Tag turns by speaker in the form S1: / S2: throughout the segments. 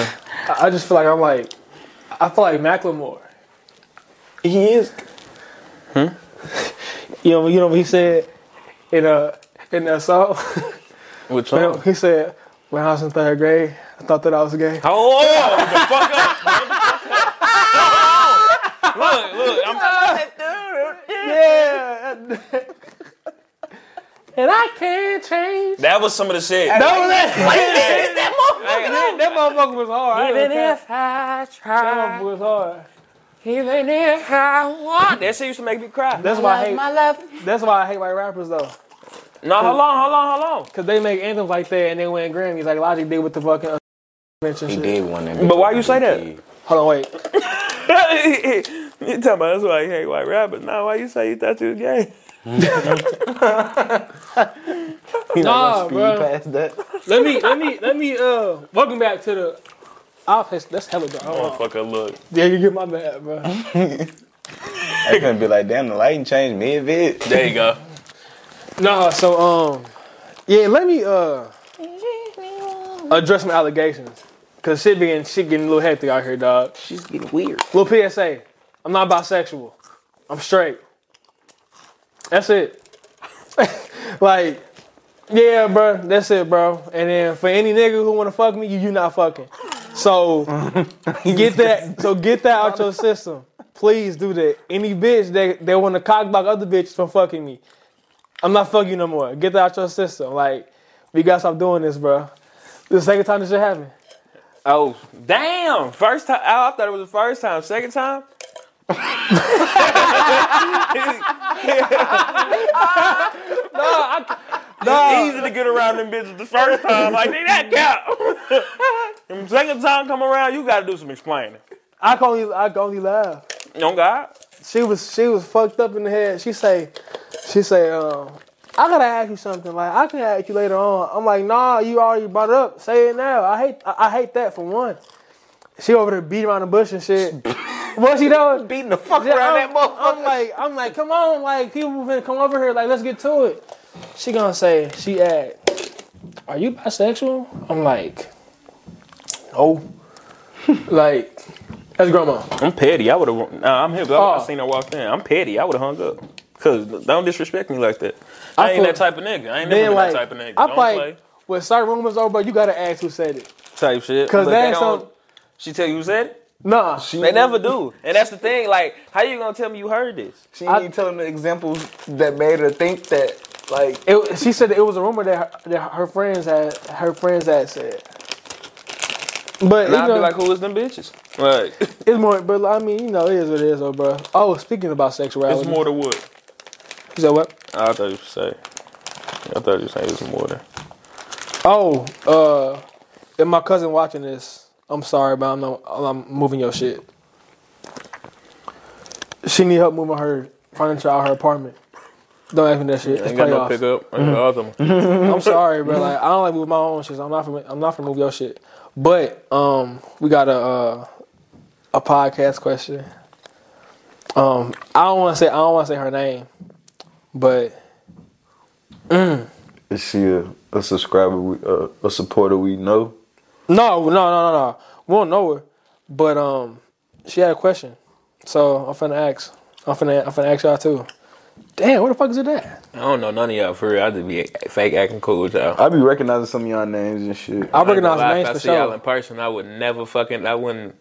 S1: I I just feel like I'm like, I feel like Macklemore.
S2: He is.
S3: Hmm?
S1: You know, you know what he said in a in that song.
S2: Which
S1: You know, he said when I was in third grade, I thought that I was gay.
S2: Oh, the fuck up. man. Look, look, I'm,
S1: Yeah. and I can't change.
S2: that was some of the shit.
S1: No, that,
S2: Hey,
S1: that motherfucker was hard. I ain't
S3: Even
S1: gonna cap.
S3: if I
S1: That motherfucker
S3: try,
S1: was hard.
S3: even if I want.
S2: That shit used to make me cry.
S1: That's why
S3: Love,
S1: I hate.
S3: my love.
S1: That's why I hate white rappers though,
S2: No, hold on, hold on, hold
S1: cause they make anthems like that and they win Grammys. Like Logic did with the fucking mention
S4: He
S1: shit.
S4: did one. that
S2: But why you say that?
S4: bitch.
S1: Hold on, wait.
S2: on. you talking about that's why you hate white rappers. Now, why you say you thought you was gay?
S4: He not
S1: Nah,
S4: gonna speed
S1: bruh.
S4: past that.
S1: let me, let me, let me. Uh, welcome back to the. I'll place. That's hella dark. Hold on.
S2: Motherfucker, look.
S1: Yeah, you get my bad, bro.
S4: I couldn't be like, damn, the lighting changed mid vid.
S2: There you go.
S1: Nah, so um, yeah, let me uh address my allegations, cause shit being shit getting a little hectic out here, dog.
S4: She's getting weird.
S1: Little PSA, I'm not bisexual, I'm straight. That's it. like, yeah, bro, that's it, bro. And then for any nigga who wanna fuck me, you you not fucking. So get that. So get that out your system. Please do that. Any bitch that that wanna cockblock other bitches from fucking me. I'm not fucking you no more. Get that out your system. Like, we gotta stop doing this, bro. The second time this shit happened.
S2: Oh, damn. First time. Oh, I thought it was the first time. Second time?
S1: Dog,
S2: Easy to get around them bitches the first time. Like, they that cap. And second time come around, you gotta do some explaining.
S1: I can only I can only laugh.
S2: On God?
S1: she was she was fucked up in the head. She say, she say, um, I gotta ask you something. Like I can ask you later on. I'm like, nah, you already brought it up. Say it now. I hate I, I hate that for one. She over there beating around the bush and shit. what she doing?
S4: Beating the fuck
S1: Yeah,
S4: around
S1: I'm,
S4: that motherfucker.
S1: I'm like, I'm like, come on, like people finna come over here, like let's get to it. She gonna say, she asked, "Are you bisexual?" I'm like, no. like, that's grandma.
S2: I'm petty. I would have. Nah, I'm here. But I-
S1: Oh.
S2: I seen her walk in. I'm petty. I would have hung up. Cause don't disrespect me like that. I,
S1: I
S2: ain't
S1: feel-
S2: that type of nigga. I ain't never
S1: Then
S2: been
S1: like,
S2: that type of nigga.
S1: I
S2: don't
S1: like
S2: play
S1: when certain rumors over, you gotta ask who said it.
S2: type shit.
S1: 'Cause
S2: But
S1: that
S2: they
S1: ain't
S2: don't-
S1: some-
S2: She tell you who said it.
S1: Nah,
S2: They never do. And that's the thing. Like, how you gonna tell me you heard this?
S4: She
S1: I-
S4: ain't even telling the examples that made her think that, like,
S1: it, she said that it was a rumor that her, that her friends had her friends had said. But
S2: And
S1: you
S2: I'd
S1: know,
S2: be like, who is them bitches? Like,
S1: it's more. But I mean, you know, it is what it is, though, bro. Oh, speaking about sexuality,
S2: it's more to what?
S1: You said what?
S2: I thought you say. I thought you say it's more to.
S1: Oh, uh, if my cousin watching this, I'm sorry, but I'm not, I'm moving your shit. She need help moving her furniture out her apartment. Don't ask me that shit. It's
S2: Ain't got no
S1: playoffs. Mm-hmm.
S2: pickup. Ain't got other one.
S1: I'm sorry, bro. Like I don't like moving my own shit. so I'm not from I'm not from move your shit. But um, we got a uh, a podcast question. Um, I don't want to say I don't want to say her name, but
S4: is she a, a subscriber, we, uh, a supporter we know?
S1: no, no, no, no, no. We don't know her, but um, she had a question, so I'm finna ask. I'm finna I'm finna ask y'all too. Damn, where the fuck is it at?
S2: I don't know none of y'all for real. I just be fake acting cool with y'all.
S4: I be recognizing some of y'all names and shit.
S1: I
S2: I ain't gonna
S1: recognize
S2: lie,
S1: the names
S2: If I
S1: for
S2: see y'all
S1: sure.
S2: in person, I would never fucking. I wouldn't.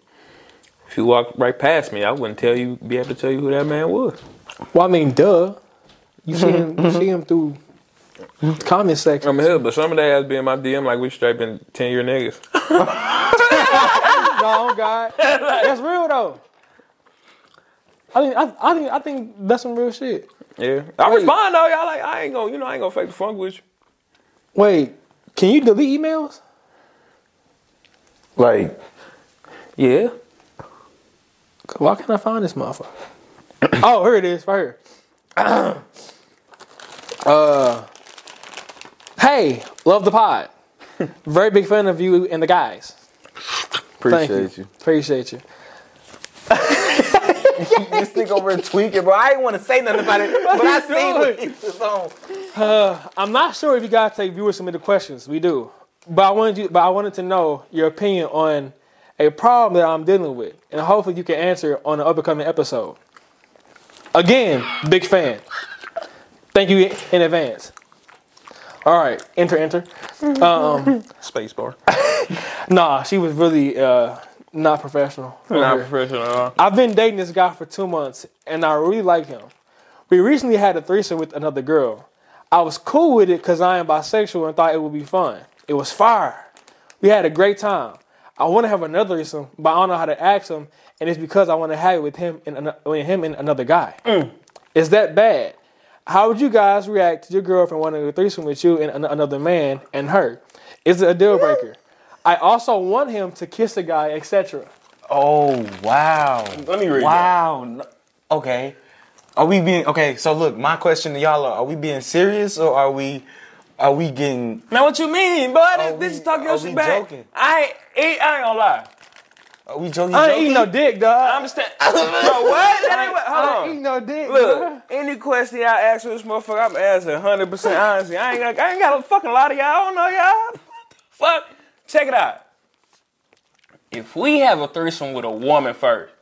S2: If you walked right past me, I wouldn't tell you. Be able to tell you who that man was.
S1: Well, I mean, duh. You see him, you see him through comment section.
S2: I'm here, but some of they has been my DM like we straight been ten year niggas.
S1: No, oh, God, that's real though. I think I, I think I think that's some real shit.
S2: Yeah, I respond though, y'all. Like I ain't gonna, you know, I ain't gonna fake the funk with you.
S1: Wait, can you delete emails?
S4: Like,
S2: Yeah,
S1: Why can't I find this motherfucker? oh, here it is, right here. uh, hey, love the pod. Very big fan of you and the guys. Thank
S4: appreciate you.
S1: Appreciate you.
S4: This nigga over here tweaking, bro. I ain't want to say nothing about it, but I seen what he was on.
S1: I'm not sure if you guys take viewer submitted questions. We do, but I wanted you, but I wanted to know your opinion on a problem that I'm dealing with, and hopefully you can answer it on an upcoming episode. Again, big fan. Thank you in advance. All right, enter, enter. Um,
S2: Space bar.
S1: Nah, she was really uh, not professional.
S2: Not professional at all.
S1: I've been dating this guy for two months, and I really like him. We recently had a threesome with another girl. I was cool with it because I am bisexual and thought it would be fun. It was fire. We had a great time. I want to have another threesome, but I don't know how to ask him, and it's because I want to have it with him and ano- with him and another guy. Is that bad? How would you guys react to your girlfriend wanting a threesome with you and an- another man and her? Is it a deal breaker? I also want him to kiss a guy, etc.
S4: Oh wow.
S2: Let me read
S4: Wow. No- Okay. Are we being okay? So look, my question to y'all are: Are we being serious or are we? Are we getting?
S2: Now what you mean, bud? this is
S4: we-
S2: talk your
S4: are
S2: shit
S4: we
S2: back.
S4: joking?
S2: I ain't, I ain't gonna lie.
S4: Are we joking?
S1: I ain't
S4: joking?
S1: eating no dick, dog.
S2: I understand. Bro, what? That ain't what.
S1: I
S2: Hold
S1: ain't
S2: on.
S1: eating no dick.
S2: Oh. Look, any question y'all ask this motherfucker, I'm answering 100 percent honesty. I ain't, got- I ain't got a fucking lot of y'all. I don't know y'all. Fuck. Check it out. If we have a threesome with a woman first,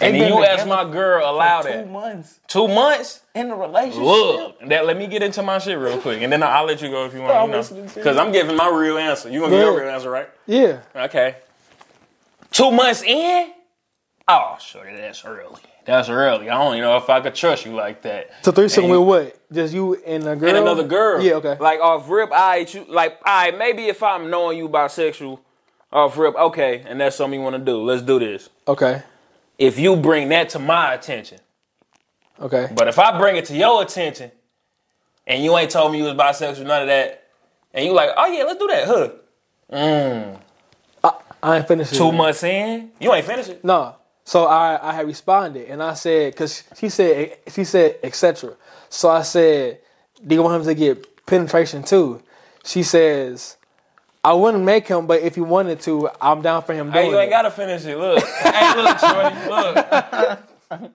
S2: and
S4: They
S2: then
S4: been
S2: you ask
S4: together
S2: my girl allow
S4: Two
S2: that
S4: months
S2: two months,
S4: in a relationship.
S2: Look, that let me get into my shit real quick, and then I'll let you go if you want.
S4: I'm
S2: You know,
S4: listening to you.
S2: because I'm giving my real answer. You gonna give your
S1: Yeah.
S2: real answer, right?
S1: Yeah.
S2: Okay. Two months in. Oh, shorty, that's early. That's early. I don't even know if I could trust you like that.
S1: So threesome
S2: And you-
S1: with what? Just you and a girl?
S4: Uh,
S2: and another girl.
S1: Yeah, okay.
S2: Like off rip, I you like I maybe if I'm knowing you bisexual, off rip, okay, and that's something you want to do. Let's do this.
S1: okay.
S2: If you bring that to my attention,
S1: Okay.
S2: But if I bring it to your attention, and you ain't told me you was bisexual, none of that, and you like, oh yeah, let's do that, huh?
S1: I ain't finished
S2: Two months in, you ain't finished it.
S1: No. So I I had responded and I said because she said she said etc. So I said, do you want him to get penetration too? She says, I wouldn't make him, but if you wanted to, I'm down for him doing
S2: Hey, you ain't
S1: it.
S2: gotta finish it. Look, hey, look, shorty, look. That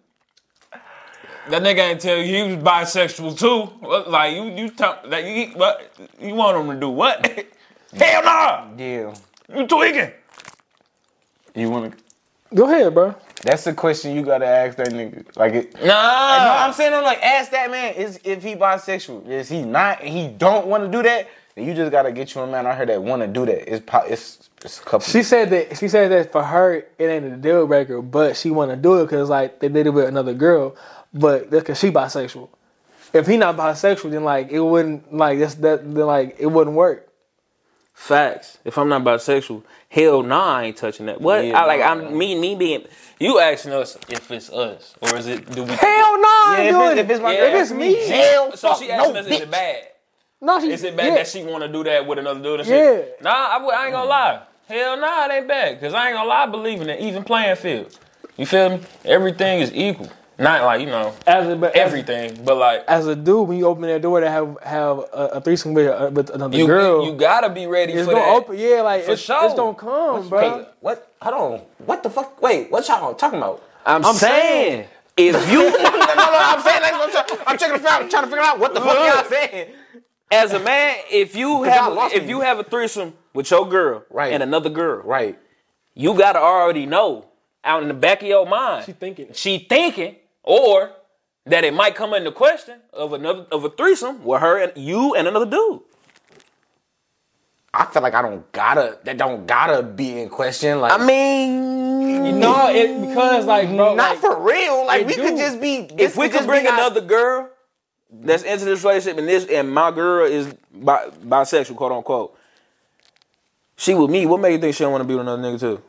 S2: nigga ain't tell you he was bisexual too. What- Like you, you talk, like you, what, you want him to do what? Hell no,
S4: Yeah.
S2: you tweaking.
S4: You want to?
S1: Go ahead, bro.
S4: That's the question you gotta ask that nigga. Like it.
S2: Nah,
S4: No, I'm saying I'm like ask that man is if he bisexual. Is he not? And he don't want to do that. Then you just gotta get you a man out here that want to do that. It's po- it's it's a couple.
S1: She said that she said that for her it ain't a deal breaker, but she want to do it because like they did it with another girl, but that's because she bisexual. If he not bisexual, then like it wouldn't like that's that then like it wouldn't work.
S2: Facts. If I'm not bisexual, hell nah, I ain't touching that. What?
S4: Yeah,
S2: I like
S4: nah,
S2: I'm me me being you asking us if it's us or is it do we
S1: Hell no, I ain't
S4: Yeah, if
S1: doing
S4: it's- if it's my-
S1: if it's me,
S4: Hell,
S2: so
S4: fuck,
S2: she asking
S4: no,
S2: us is it
S4: bitch.
S2: bad?
S1: no, she,
S2: Is it bad
S1: yeah.
S2: that she want to do that with another dude? And shit?
S1: Yeah.
S2: Nah, I, would- I ain't gonna lie. Hell nah, it ain't bad because I ain't gonna lie, believing it even playing field. You feel me? Everything is equal. Not like you know
S1: as a, but as-
S2: everything, but like
S1: As, a dude, when you open that door to have have a, a threesome with, uh, with another
S2: you
S1: girl,
S2: you gotta be ready
S1: it's
S2: for
S1: gonna
S2: that.
S1: open. Yeah, like it's,
S2: sure.
S1: it's gonna come, bro.
S4: What? Hold on. What the fuck? Wait. What y'all talking about?
S2: I'm, saying. If you,
S4: no, no, no, I'm saying like, I'm, try- I'm checking the fact. I'm trying to figure out what the fuck y'all saying.
S2: as a man, if you
S4: y'all
S2: have
S4: lost
S2: if
S4: me.
S2: you have a threesome with your girl
S4: Right.
S2: and another girl,
S4: Right.
S2: you gotta already know out in the back of your mind.
S1: She thinking it.
S2: She thinking, or that it might come into question of another of a threesome with her and you and another dude.
S4: I feel like I don't gotta. That don't gotta be in question. Like
S2: I mean,
S1: No, it because like bro,
S4: not
S1: like,
S4: for real. Like we
S1: do.
S4: could just be.
S2: if we could
S4: just
S2: bring
S4: be our-
S2: another girl that's into this relationship and this and my girl is bi- bisexual, quote unquote. She with me. What made you think she don't want to be with another nigga too?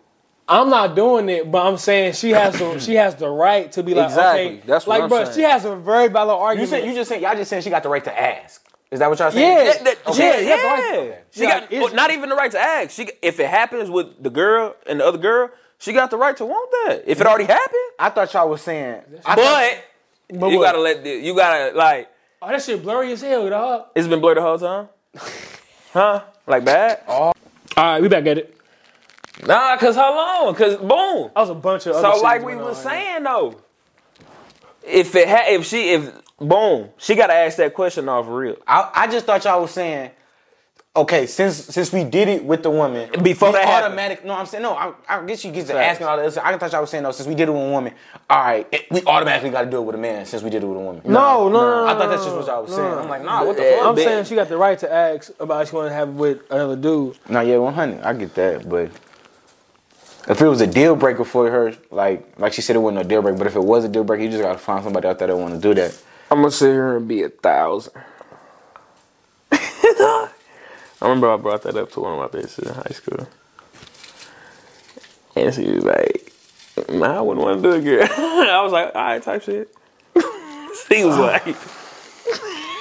S1: I'm not doing it, but I'm saying she has the she has the right to be like
S2: Exactly.
S1: okay,
S2: That's what
S1: like
S2: I'm
S1: bro,
S2: saying.
S1: she has a very valid
S4: You
S1: argument.
S4: said you just saying y'all just saying she got the right to ask. Is that what y'all saying?
S1: yeah,
S2: That- that-
S1: Okay.
S2: yeah,
S1: She has the
S2: yeah.
S1: right- okay.
S2: She got
S1: Like,
S2: well,
S1: it's-
S2: not even the right to ask. She if it happens with the girl and the other girl, she got the right to want that. If
S1: Mm-hmm.
S2: it already happened,
S4: I thought y'all was saying. I thought-
S2: but, you
S1: what?
S2: gotta let the, you gotta like
S1: Oh, that shit blurry as hell, dog.
S2: it's been blurred the whole time, huh? Like bad?
S1: All right, we back at it.
S2: Nah, cause how long? Cause boom.
S1: That was a bunch of other
S2: So
S1: shit
S2: like
S1: that
S2: we
S1: went
S2: was
S1: on.
S2: saying though, if it ha- if she if boom, she gotta ask that question off real.
S4: I, I just thought y'all was saying okay, since since we did it with the woman
S2: Before
S4: we
S2: that happened.
S4: automatic. No, I'm saying no. I, I guess you get to
S2: Facts.
S4: asking all this. I thought y'all was saying no. Since we did it with a woman, all right, it, we automatically got to do it with a man. Since we did it with a woman,
S1: No, no, no,
S4: I thought
S1: no,
S4: that's just what y'all was saying. I'm like, nah, what the fuck?
S1: I'm saying she got the right to ask about if she want to have it with another dude.
S4: No, yeah, one hundred. I get that, but if it was a deal breaker for her, like like she said, it wasn't a deal breaker. But if it was a deal breaker, you just gotta find somebody out there that want to do that.
S2: I'm gonna sit here and be a thousand. I remember I brought that up to one of my bitches in high school, and she was like, nah, "I wouldn't want to do it, girl." I was like, "All right, type shit." she was like,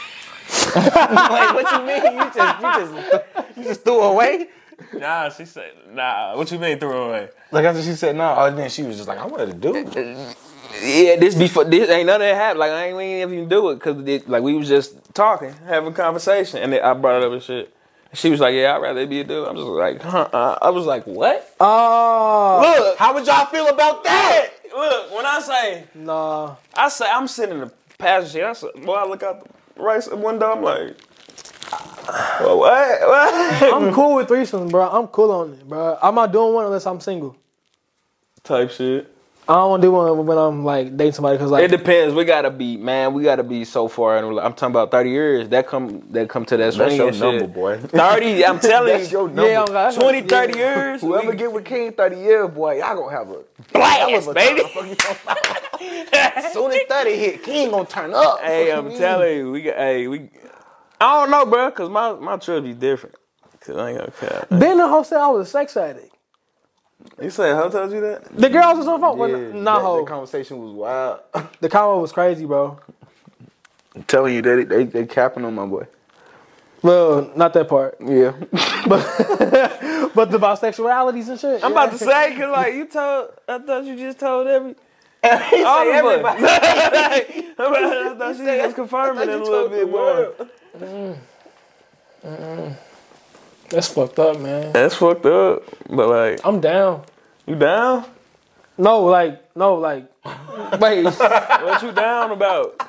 S4: like, what you mean? You just you just you just threw away?
S2: "Nah," she said, "Nah." What you mean throw it away?
S4: Like after she said no, oh, then she was just like, I wanted to do. it.
S2: Yeah, this before this ain't none of that happened. Like I ain't we ain't even do it because like we was just talking, having a conversation, and then I brought it up and shit. She was like, "Yeah, I'd rather it be a dude." I'm just like, "Huh?" uh." I was like, "What?"
S1: Oh,
S2: Look,
S4: How would y'all feel about that?
S2: look. When I say,
S1: nah.
S2: I say, I'm sitting in the passenger. seat. I said, "Boy, I look out the right side window." I'm like, well, "What? What?"
S1: I'm cool with threesomes, bro. I'm cool on it, bro. I'm not doing one unless I'm single.
S2: Type shit.
S1: I don't want to do one when I'm like dating somebody because
S2: It
S1: like
S2: depends. We gotta be, man. We gotta be so far. And I'm talking about 30 years. That come, that come to that.
S4: That's
S2: swing
S4: your
S2: and
S4: number,
S2: shit.
S4: boy.
S2: 30. I'm telling
S4: That's
S2: you.
S4: your number.
S1: I'm like,
S2: 20, 30 years.
S4: Whoever
S2: we-
S4: get with King 30 years, boy, y'all gonna have a
S2: blast, baby.
S4: soon as 30 hit, King gonna turn up.
S2: Hey, I'm telling you, we got. Hey, we. I don't know, bro, cause my my trip be different. Cause I ain't gonna cap.
S1: Then the hoe said I was a sex addict.
S2: You said how told you that?
S1: The girls was on the phone.
S4: Yeah,
S1: well, nah,
S4: that,
S1: hoe.
S4: that conversation was wild.
S1: the combo was crazy, bro.
S4: I'm telling you, they, they they capping on my boy.
S1: Well, not that part,
S4: Yeah.
S1: but the bisexualities and shit.
S2: I'm about to say, cause like you told, I thought you just told every.
S4: All
S2: All of us.
S4: everybody.
S2: I thought you was confirming it a little bit more.
S1: That's fucked up, man.
S2: That's fucked up, but like
S1: I'm down.
S2: you down?
S1: No, like no, like wait.
S2: What you down about?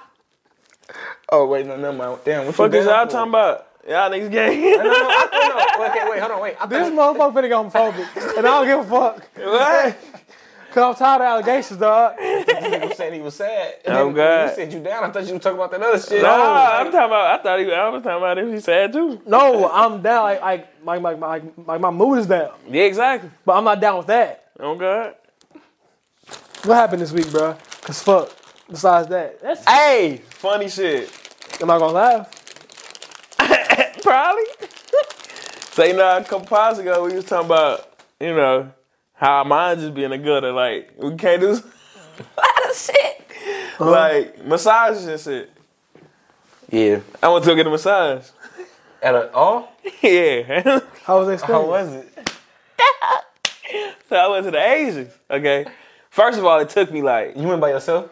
S4: Oh wait, no, never mind. Damn, what
S2: Fuck
S4: you
S2: is y'all talking about? Y'all niggas
S4: No,
S2: gay?
S4: no, I don't know. Okay, wait, hold on, wait. I
S1: This motherfucker finna get homophobic, and I don't give a fuck.
S2: what?
S1: Cause I'm tired of allegations, dog.
S4: thought you were saying he was sad. And
S2: Oh,
S4: then
S2: God.
S4: You said you down. I thought you were talking about that other shit. Oh.
S2: Nah, I'm talking about. I thought he. I was talking about if he sad too.
S1: No, I'm down. Like, like, like, like, like, like my mood is down,
S2: Yeah, exactly.
S1: but I'm not down with that.
S2: Oh God.
S1: What happened this week, bro? Cause fuck. Besides that, that's,
S2: Hey, funny shit.
S1: I'm not gonna laugh.
S2: Probably. so you know, a couple pods ago we was talking about, you know, how our mind just being a gutter, like we can't do a lot of shit. Uh-huh. Like massages and shit.
S4: Yeah.
S2: I went to go get a massage.
S4: At a, oh,
S2: yeah.
S1: How was the experience?
S4: how was it?
S2: so I went to the Asians. Okay. First of all, it took me like
S4: You went by yourself?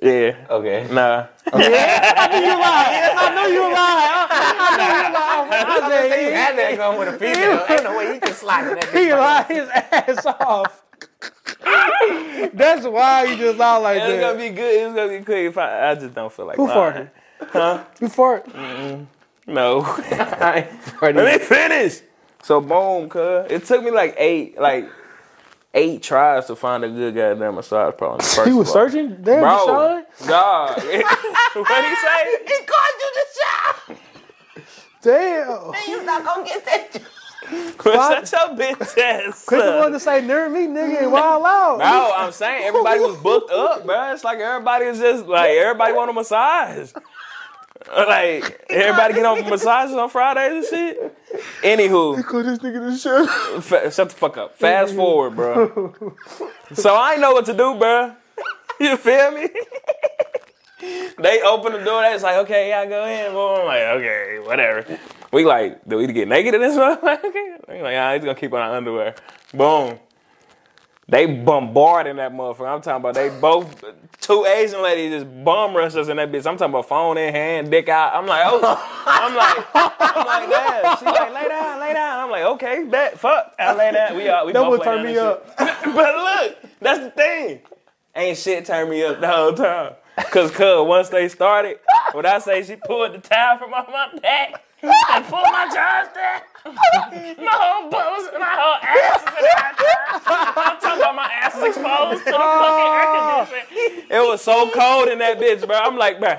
S2: yeah.
S4: Okay.
S2: Nah.
S1: I said,
S4: You had that going with a female. Ain't no way you can slide in that.
S1: He lied his
S2: uh,
S1: ass off. That's why you just lie like
S2: It was
S1: that.
S2: gonna be good. It was gonna be quick. If I, I just don't feel like
S1: Who
S2: lying.
S1: farted? You fart.
S2: No.
S4: bitch.
S2: Let me finish. So boom, cuz. It took me like eight, like eight tries to find a good goddamn massage problem. First
S1: He
S2: of
S1: was
S2: all.
S1: searching. Damn,
S2: Bro,
S1: Deshaun.
S2: dog. what did he say?
S5: He called you the child.
S1: Damn.
S5: You not gonna get that. job.
S1: Fuck.
S2: Shut your bitch ass.
S1: Chris the
S2: up.
S1: one to say near me, nigga, and wild out.
S2: No, Oh, I'm saying everybody was booked up, bro. It's like everybody was just like everybody want a massage. Like everybody get on massages on Fridays and shit. Anywho,
S1: Call this nigga the shit.
S2: Fa- shut the fuck up. Fast forward, bro. so I ain't know what to do, bro. You feel me? they open the door. That's like, okay, yeah, go in. Boy. I'm like, okay, whatever. We like, do we get naked in this one? like, okay. We like, nah, he's gonna keep on our underwear. Boom. They bombarding that motherfucker. I'm talking about they both two Asian ladies just bum rush us in that bitch. I'm talking about phone in hand, dick out. I'm like, oh, I'm like, I'm like, damn. She like, lay down, lay down. I'm like, okay, bet, fuck. I lay down. We all, we
S1: That
S2: both
S1: would
S2: lay
S1: turn
S2: down
S1: me
S2: and shit.
S1: up.
S2: But look, that's the thing. Ain't shit turned me up the whole time. Cause cuz once they started, when I say she pulled the towel from off my back, I pull my jaws down. my whole boobs, my whole ass is in my jaws. I'm talking about my ass is exposed to the fucking air conditioning. It was so cold in that bitch, bro. I'm like, bro.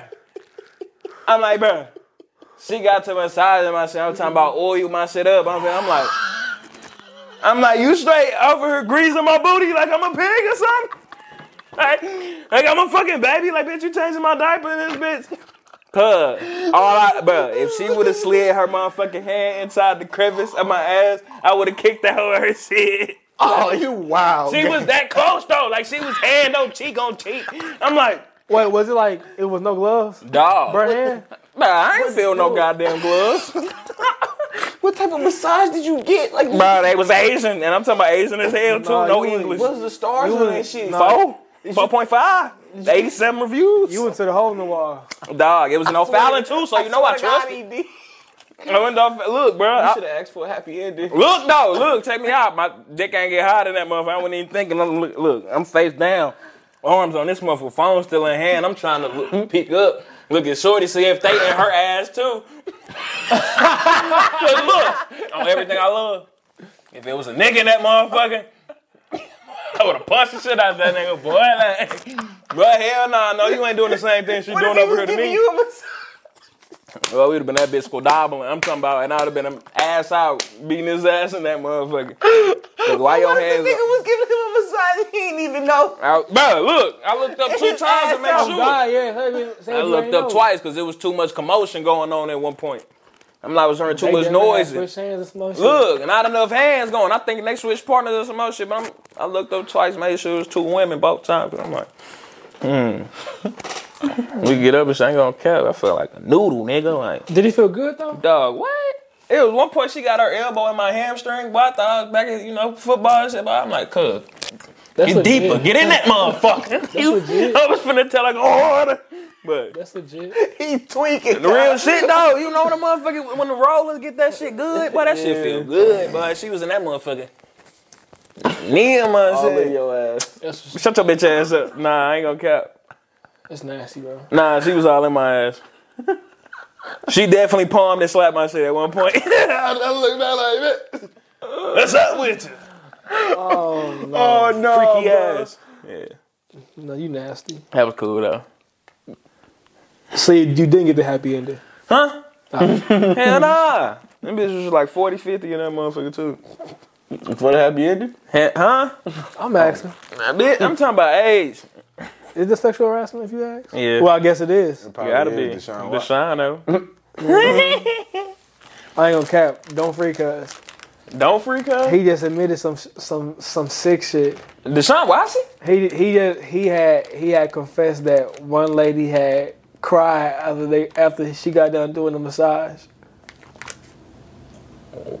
S2: I'm like, bro. She got to massaging my shit. I'm talking about oil my shit up. I'm, I'm like, I'm like, you straight over here greasing my booty like I'm a pig or something. Like, like I'm a fucking baby. Like, bitch, you changing my diaper in this bitch. Cuz, all I, bro, if she would have slid her motherfucking hand inside the crevice of my ass, I would have kicked the hoe in her shit.
S4: Oh, you wild.
S2: She was that close though. Like, she was hand on cheek on cheek. I'm like,
S1: Wait, was it like it was no gloves?
S2: dog.
S1: Burnt hand?
S2: Nah, I ain't feel no goddamn gloves.
S5: What type of massage did you get? Like,
S2: Bro, they was Asian, and I'm talking about Asian as hell too.
S1: Nah,
S2: no
S1: you ain't-
S2: English.
S5: what was the stars on that shit?
S1: nah.
S2: Four? 4.5? 87 reviews?
S1: You went to the hole in the wall.
S2: Dog, it was no fouling too, so you know I trust it. I went off. Look, bro. I-
S5: Should have asked for a happy ending.
S2: look, though. Look, take me out. My dick ain't get hot in that motherfucker. I wasn't even thinking. I'm- Look, look, I'm face down. Arms on this motherfucker. Phone still in hand. I'm trying to look, pick up. Look at Shorty, see if they in her ass too. But look, on everything I love. If it was a nigga in that motherfucker, I would have punched the shit out of that nigga, boy. Like, bro, hell nah, no, you ain't doing the same thing she doing over here to me.
S5: You a massage?
S2: Well, we'd have been that bitch squadabbling. I'm talking about, and I'd have been an ass out beating his ass in that motherfucker. 'Cause why your
S5: What if
S2: hands
S5: the nigga was giving him a massage? He didn't even know.
S2: out? Bro, look, I looked up two
S5: His
S2: times to
S5: ass
S2: make
S5: out.
S1: Oh, God,
S2: sure.
S1: yeah. Say, say
S2: I
S1: you
S2: looked
S1: ain't
S2: up
S1: know.
S2: twice because there was too much commotion going on at one point. I'm like, I was hearing too
S1: They
S2: much
S1: definitely had
S2: noise.
S1: switched hands and some other shit.
S2: Look, not enough hands going. I think they switched partners or some other shit, but I'm, I looked up twice, made sure it was two women both times. But I'm like, hmm. we get up and she ain't gonna care. I felt like a noodle, nigga. Like,
S1: Did he feel good though?
S2: Dog, what? It was one point she got her elbow in my hamstring, but I thought I was back in, you know, football and shit, but I'm like, cuz,
S1: That's
S2: get deeper,
S1: legit.
S2: get in that motherfucker.
S1: legit.
S2: I was finna tell her, go harder. But
S1: That's legit.
S5: He tweaking.
S2: the real shit, though, you know, the motherfucker, when the rollers get that shit good, boy, that shit feel good, but she was in that motherfucker. Knee in my
S4: All in
S2: shit.
S4: your ass.
S1: That's
S2: Shut your bitch ass up. Nah, I ain't gonna cap.
S1: that's nasty, bro.
S2: Nah, she was all in my ass. She definitely palmed and slapped my shit at one point.
S4: I, I look back like, man.
S2: What's up with you?
S1: Oh no,
S4: Oh, no.
S2: Freaky
S4: bro.
S2: ass. Yeah.
S1: no, you nasty.
S2: That was cool though.
S1: See, you didn't get the happy ending.
S2: Huh? Hell nah. Them bitches was like 40, 50 in that motherfucker too.
S4: For the happy ending?
S2: Heh- Huh?
S1: I'm asking.
S2: Nah, bitch, I'm talking about age.
S1: Is this sexual harassment if you ask?
S2: Yeah.
S1: Well, I guess it is.
S4: Probably
S2: gotta be.
S4: is Deshaun Watson.
S2: Deshaun though.
S1: I ain't gonna cap. Don't freak us.
S2: Don't freak out.
S1: He just admitted some some some sick shit.
S2: Deshaun Watson?
S1: He he just he had he had confessed that one lady had cried after they after she got done doing the massage.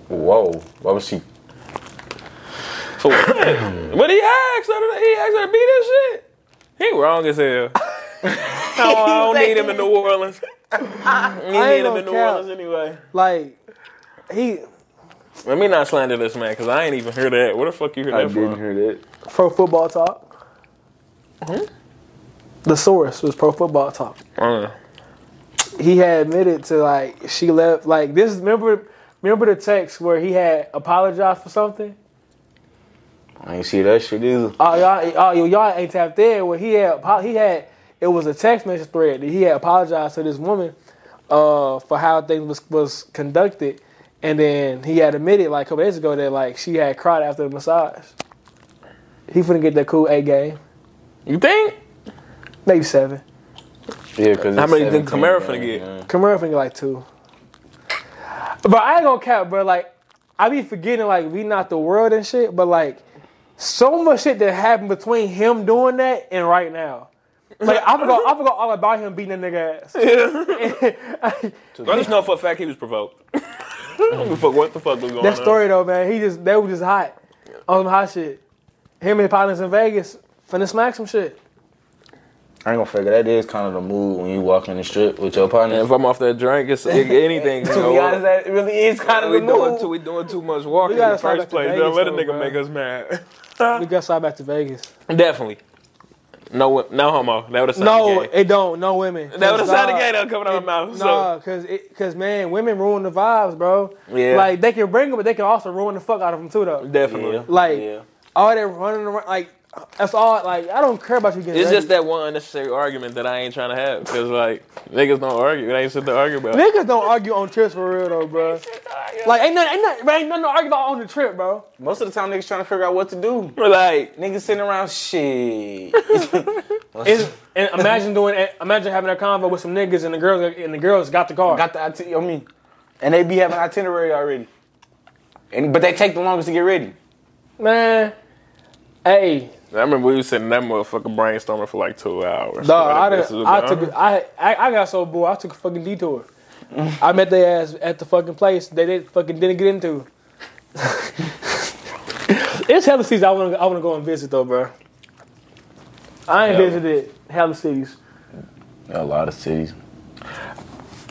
S4: Whoa. What was she?
S2: For what? what he asked her? to- He asked her to be this shit? He wrong as hell. I don't, I don't need him in New Orleans. You
S1: I
S2: need
S1: ain't
S2: him
S1: gonna
S2: in New
S1: cap.
S2: Orleans anyway.
S1: Like he
S2: Let me not slander this man, cause I ain't even hear that. Where the fuck you hear
S4: I
S2: that
S4: didn't
S2: from?
S4: hear that.
S1: pro football talk.
S2: Mm-hmm.
S1: The source was pro football talk.
S2: Uh,
S1: he had admitted to like she left like this remember remember the text where he had apologized for something
S4: I ain't see that shit either.
S1: oh y'all oh yo, y'all ain't tapped in where he had apo- he had it was a text message thread that he had apologized to this woman uh for how things was was conducted and then he had admitted like a couple days ago that like she had cried after the massage he finna get that cool eight game
S2: you think?
S1: maybe seven
S4: Yeah, because
S2: How many think Kamara finna get?
S1: Camaro finger like two. But I ain't gonna cap, bro. Like, I be forgetting, like, we not the world and shit, but like, so much shit that happened between him doing that and right now. Like, I forgot, I forgot all about him beating that nigga ass.
S2: I just know for a fact he was provoked. I don't give a fuck what the fuck was going
S1: that
S2: on.
S1: story though, man, he just, they were just hot. On some hot shit. Him and his partners in Vegas finna smack some shit.
S4: I ain't gonna figure that is kind of the mood when you walk in the strip with your partner.
S2: If I'm off that drink, it's it, anything. to
S5: To be honest, that really is kind of
S2: we
S5: the
S2: doing too,
S5: move.
S2: we doing too much walking
S1: We
S2: in
S1: gotta
S2: the
S1: start
S2: first
S1: back to
S2: place. Don't let a
S1: Vegas,
S2: nigga
S1: though,
S2: make us mad.
S1: We got side back to Vegas.
S2: Definitely. No, no homo. That would have
S1: No,
S2: gay.
S1: it don't. No women.
S2: That would have sounded
S1: Nah.
S2: gay though coming out of my mouth.
S1: Nah,
S2: So
S1: cause it, cause man, women ruin the vibes, bro.
S4: Yeah.
S1: Like they can bring them, but they can also ruin the fuck out of them too, though.
S2: definitely.
S1: Like
S4: Yeah.
S1: all that running around, like that's all. Like I don't care about you getting.
S2: It's
S1: ready.
S2: just that one unnecessary argument that I ain't trying to have because like niggas don't argue. It ain't shit to argue about.
S1: Niggas don't argue on trips for real though, bro. Like ain't nothing, ain't nothing, ain't nothing to argue about on the trip, bro.
S4: Most of the time, niggas trying to figure out what to do.
S2: Like
S4: Niggas sitting around, shit.
S1: It's, and imagine doing, imagine having a convo with some niggas and the girls, and the girls got the car.
S4: Got the iti- on me, and they be having itinerary already. And but they take the longest to get ready.
S1: man, hey,
S2: I remember we was sitting in that motherfucker brainstorming for like two hours.
S1: dog, I,
S2: This
S1: done,
S2: is-
S1: I took, I, I, I got so bored, I took a fucking detour. I met their ass at the fucking place they did, fucking didn't get into. it's hella cities I want to, I want to go and visit though, bro. I ain't visited hella cities.
S4: A lot of cities.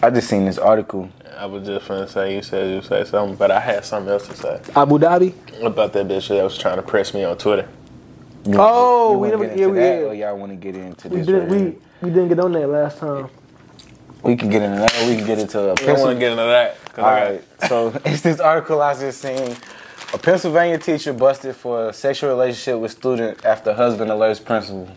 S4: I just seen this article.
S2: I was just finna say you said you said something, but I had something else to say
S1: Abu Dhabi.
S2: about that bitch that was trying to press me on Twitter.
S1: Oh,
S4: You
S1: we
S4: wanna
S1: never,
S4: get
S1: yeah,
S4: into
S1: we
S4: that,
S1: did.
S4: or y'all want to get into
S1: We
S4: this?
S1: didn't,
S4: right
S1: we,
S4: here?
S1: we didn't get on that last time.
S4: we can get into that. or We can get into a
S2: I don't want to
S4: Pennsylvania.
S2: get into that. 'cause
S4: All
S2: I got-
S4: right. So it's this article I just seen. A Pennsylvania teacher busted for a sexual relationship with student after husband alerts principal.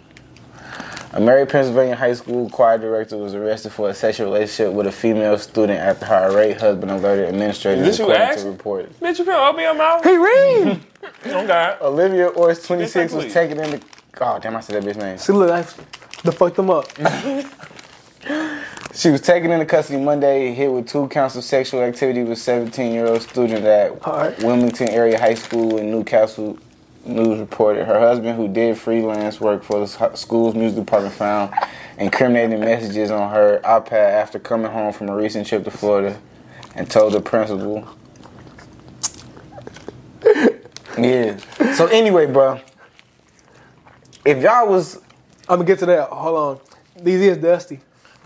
S4: A married Pennsylvania high school choir director was arrested for a sexual relationship with a female student after her irate husband alerted administrators
S2: Is this you
S4: according to
S2: asking?
S4: reports.
S2: Bitch, you finna open your mouth?
S1: Hey, Reed!
S2: Oh God.
S4: Olivia Orris, 26,
S2: Exactly.
S4: was taken into. God damn, I said that bitch name.
S1: See, look, I the fucked them up.
S4: Mm. She was taken into custody Monday, hit with two counts of sexual activity with 17-year-old student at
S1: Alright.
S4: Wilmington Area High School in Newcastle. News reported her husband, who did freelance work for the s- school's music department, found incriminating messages on her iPad after coming home from a recent trip to Florida, and told the principal. yeah. So anyway, bro, if y'all was
S1: I'm gonna get to that. Hold on. These is dusty.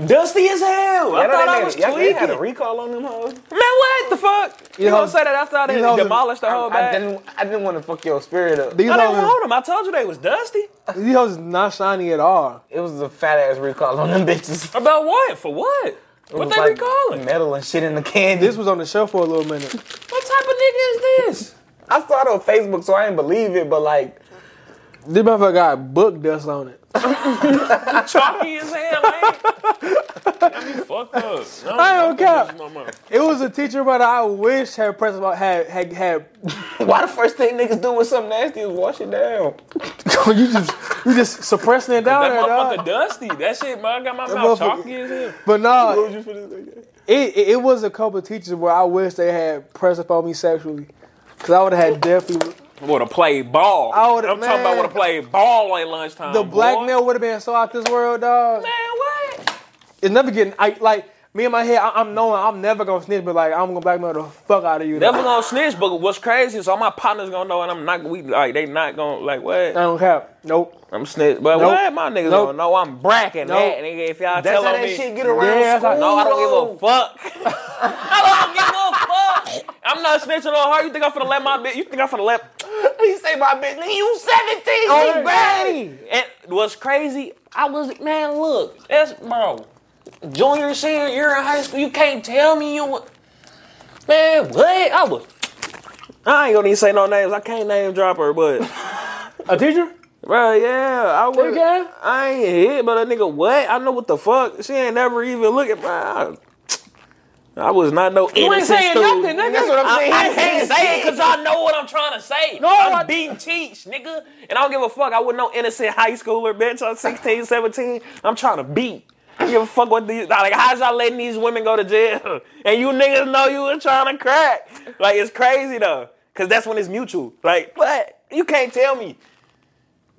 S2: Dusty as hell. I
S4: Y'all
S2: thought
S4: know they
S2: I
S4: made-
S2: was
S4: y'all- they
S2: tweaking.
S4: had a
S2: recall on them hoes. Man, what the fuck? You,
S1: You
S2: gonna
S1: hoes-
S2: say that after I
S1: you
S2: done
S1: hoes-
S2: demolished the whole
S4: I
S2: bag?
S4: didn't, I didn't want to fuck your spirit up.
S1: These
S2: I didn't
S1: hoes,
S2: want them. I told you they was dusty.
S1: these hoes is not shiny at all.
S4: It was a fat ass recall on them bitches.
S2: About what? For what? What
S4: was
S2: they
S4: like
S2: recalling?
S4: Metal and shit in the candy.
S1: This was on the shelf for a little minute.
S2: What type of nigga is this?
S4: I saw it on Facebook, so I didn't believe it, but like,
S1: This motherfucker got book dust on it.
S2: Chalky as hell, man. Got me fucked up.
S1: I don't care.
S2: No, no, no.
S1: It was a teacher, brother. I wish had press about had had had.
S4: why the first thing niggas do with something nasty is wash it down?
S1: you just you just suppressing it down
S2: That
S1: there, dog.
S2: motherfucker dusty. That shit, man, got my
S1: motherfucker-
S2: mouth chalky as hell.
S1: But no,
S4: you for this nigga?
S1: it, it it was a couple teachers where I wish they had pressed up on me sexually, cause I would have had definitely
S2: Would have played ball.
S1: I would've-
S2: I'm talking about
S1: man.
S2: would have played ball at lunchtime.
S1: the black
S2: boy.
S1: male would have been so out this world, dog.
S2: Man, what?
S1: It's never getting. I like me in my head. I, I'm knowing I'm never gonna snitch, but like I'm gonna blackmail the fuck out of you.
S2: Never gonna snitch, but what's crazy is all my partners gonna know, and I'm not. We like they not gonna like what?
S1: I don't cap. Nope.
S2: I'm snitch, but
S1: Nope.
S2: what? My niggas
S1: Nope.
S2: don't know I'm bracking
S1: Nope.
S2: that nigga. If y'all tell
S4: how
S2: on
S4: that
S2: me,
S4: shit get around
S1: Yeah, that's how-
S4: school.
S2: No, I don't give
S4: bro.
S2: a fuck. I don't give a fuck. I'm not snitching on her. You think I'm finna let my bitch? You think I'm finna let?
S4: He say my bitch, nigga, you 17, oh,
S2: Hey, And what's crazy? I was man. Look, that's bro. Junior, senior, you're in high school. You can't tell me you. wa- Man, what? I was. I ain't gonna even say no names. I can't name drop her, but
S1: A teacher?
S2: bro, yeah, I was.
S1: Okay.
S2: I ain't hit, but a nigga, what? I know what the fuck. She ain't never even looking. Bro, I, I was not no.
S3: You ain't
S2: innocent
S3: saying
S2: student.
S3: nothing, nigga.
S4: That's what I'm
S2: I,
S4: saying.
S2: I can't say it because I know what I'm trying to say. No,
S1: I-
S2: I'm being teached, nigga. And I don't give a fuck. I wasn't no innocent high schooler, bitch. I'm 16, 17. I'm trying to beat. I don't give a fuck what these, like, how's y'all letting these women go to jail? And you niggas know you were trying to crack. Like, it's crazy, though. Because that's when it's mutual. Like, what? You can't tell me.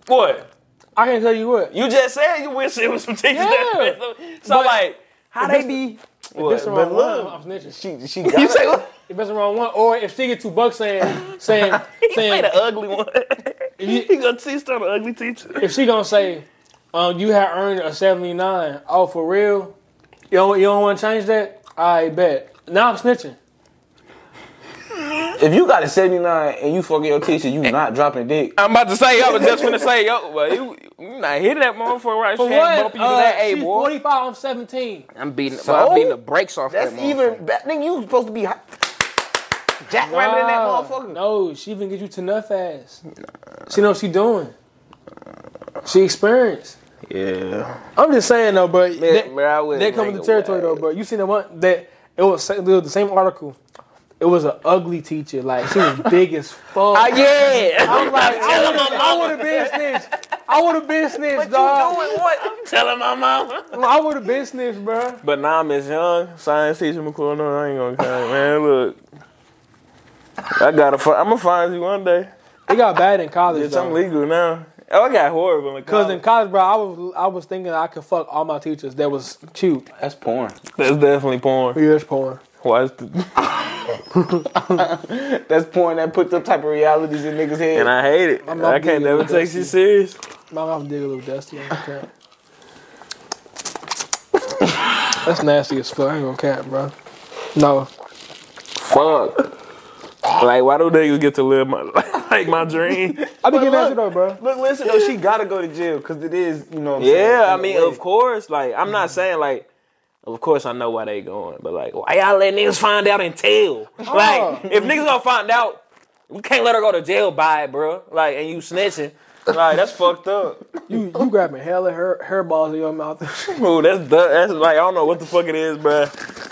S2: What?
S1: I can't tell you what.
S2: You just said you wish it was some teachers
S1: Yeah.
S2: that So,
S1: But-
S2: like, how they be?
S1: If it's the
S4: But
S1: wrong one,
S4: look,
S1: I'm snitching.
S4: she, she got you say what?
S1: If it's the wrong one, or if she get two bucks saying saying
S2: He say
S1: saying
S2: the ugly one.
S1: you-
S2: he gonna teach her the ugly teacher.
S1: if she gonna say, um, you had earned a 79. Oh, for real? You don't you don't want to change that? I bet. Now I'm snitching.
S4: If you got a 79 and you fucking your teacher, you not dropping dick.
S2: I'm about to say, I was just gonna say, yo, well, you, you not hitting that motherfucker right.
S1: For
S2: She had bumpy,
S1: one,
S2: you like,
S1: uh,
S2: hey,
S1: she's
S2: boy,
S1: 45, I'm 17.
S2: I'm beating, well, I'm beating the brakes off
S5: That's
S2: that
S5: even bad. Nigga, you supposed to be hot. jackrabbit in that
S1: Nah,
S5: motherfucker.
S1: No, she even get you to enough ass. She know what she doing. She experienced.
S2: Yeah,
S1: I'm just saying though, bro. that,
S2: man, I wouldn't
S1: that come
S2: make
S1: with the
S2: a
S1: territory though, bro. You seen the one that it was, sa- it was the same article. It was an ugly teacher. Like she was big as fuck.
S2: Ah, yeah.
S1: I'm like, I would have been snitched. I would have been snitched, dog.
S2: what? Telling my mama.
S1: I would have been snitched, bro.
S2: But now I'm as young, science teacher McCool. No, I ain't gonna come, man. Look, I gotta. Fi- I'm gonna find you one day.
S1: It got bad in college.
S2: Bitch,
S1: though.
S2: I'm legal now. Oh, I got horrible in
S1: Cause in
S2: college.
S1: college, bro, I was I was thinking I could fuck all my teachers. That was cute.
S4: That's porn.
S2: That's definitely porn.
S1: Yeah, that's porn.
S2: Why is the-
S4: That's porn that put them type of realities in niggas' head.
S2: and I hate it.
S1: not
S2: I can't
S1: being
S2: never take shit serious.
S1: My mouth dig a little dusty. I ain't gonna cap. That's nasty as fuck. I ain't gonna cap, bro. No,
S2: Fuck. Like, why do niggas get to live my like my dream?
S1: I be getting nasty though, bro.
S4: But listen, though, she gotta go to jail because it is, you know. What I'm saying,
S2: yeah, I
S4: in a
S2: mean,
S4: way.
S2: of course. Like, I'm not saying like. Of course, I know why they going, but like, why y'all let niggas find out and tell? Like, if niggas gonna find out, we can't let her go to jail by it, bro. Like, and you snitching, like that's fucked up.
S1: You you grabbing hella hair hairballs in your mouth.
S2: Ooh, that's du- that's like I don't know what the fuck it is, bro.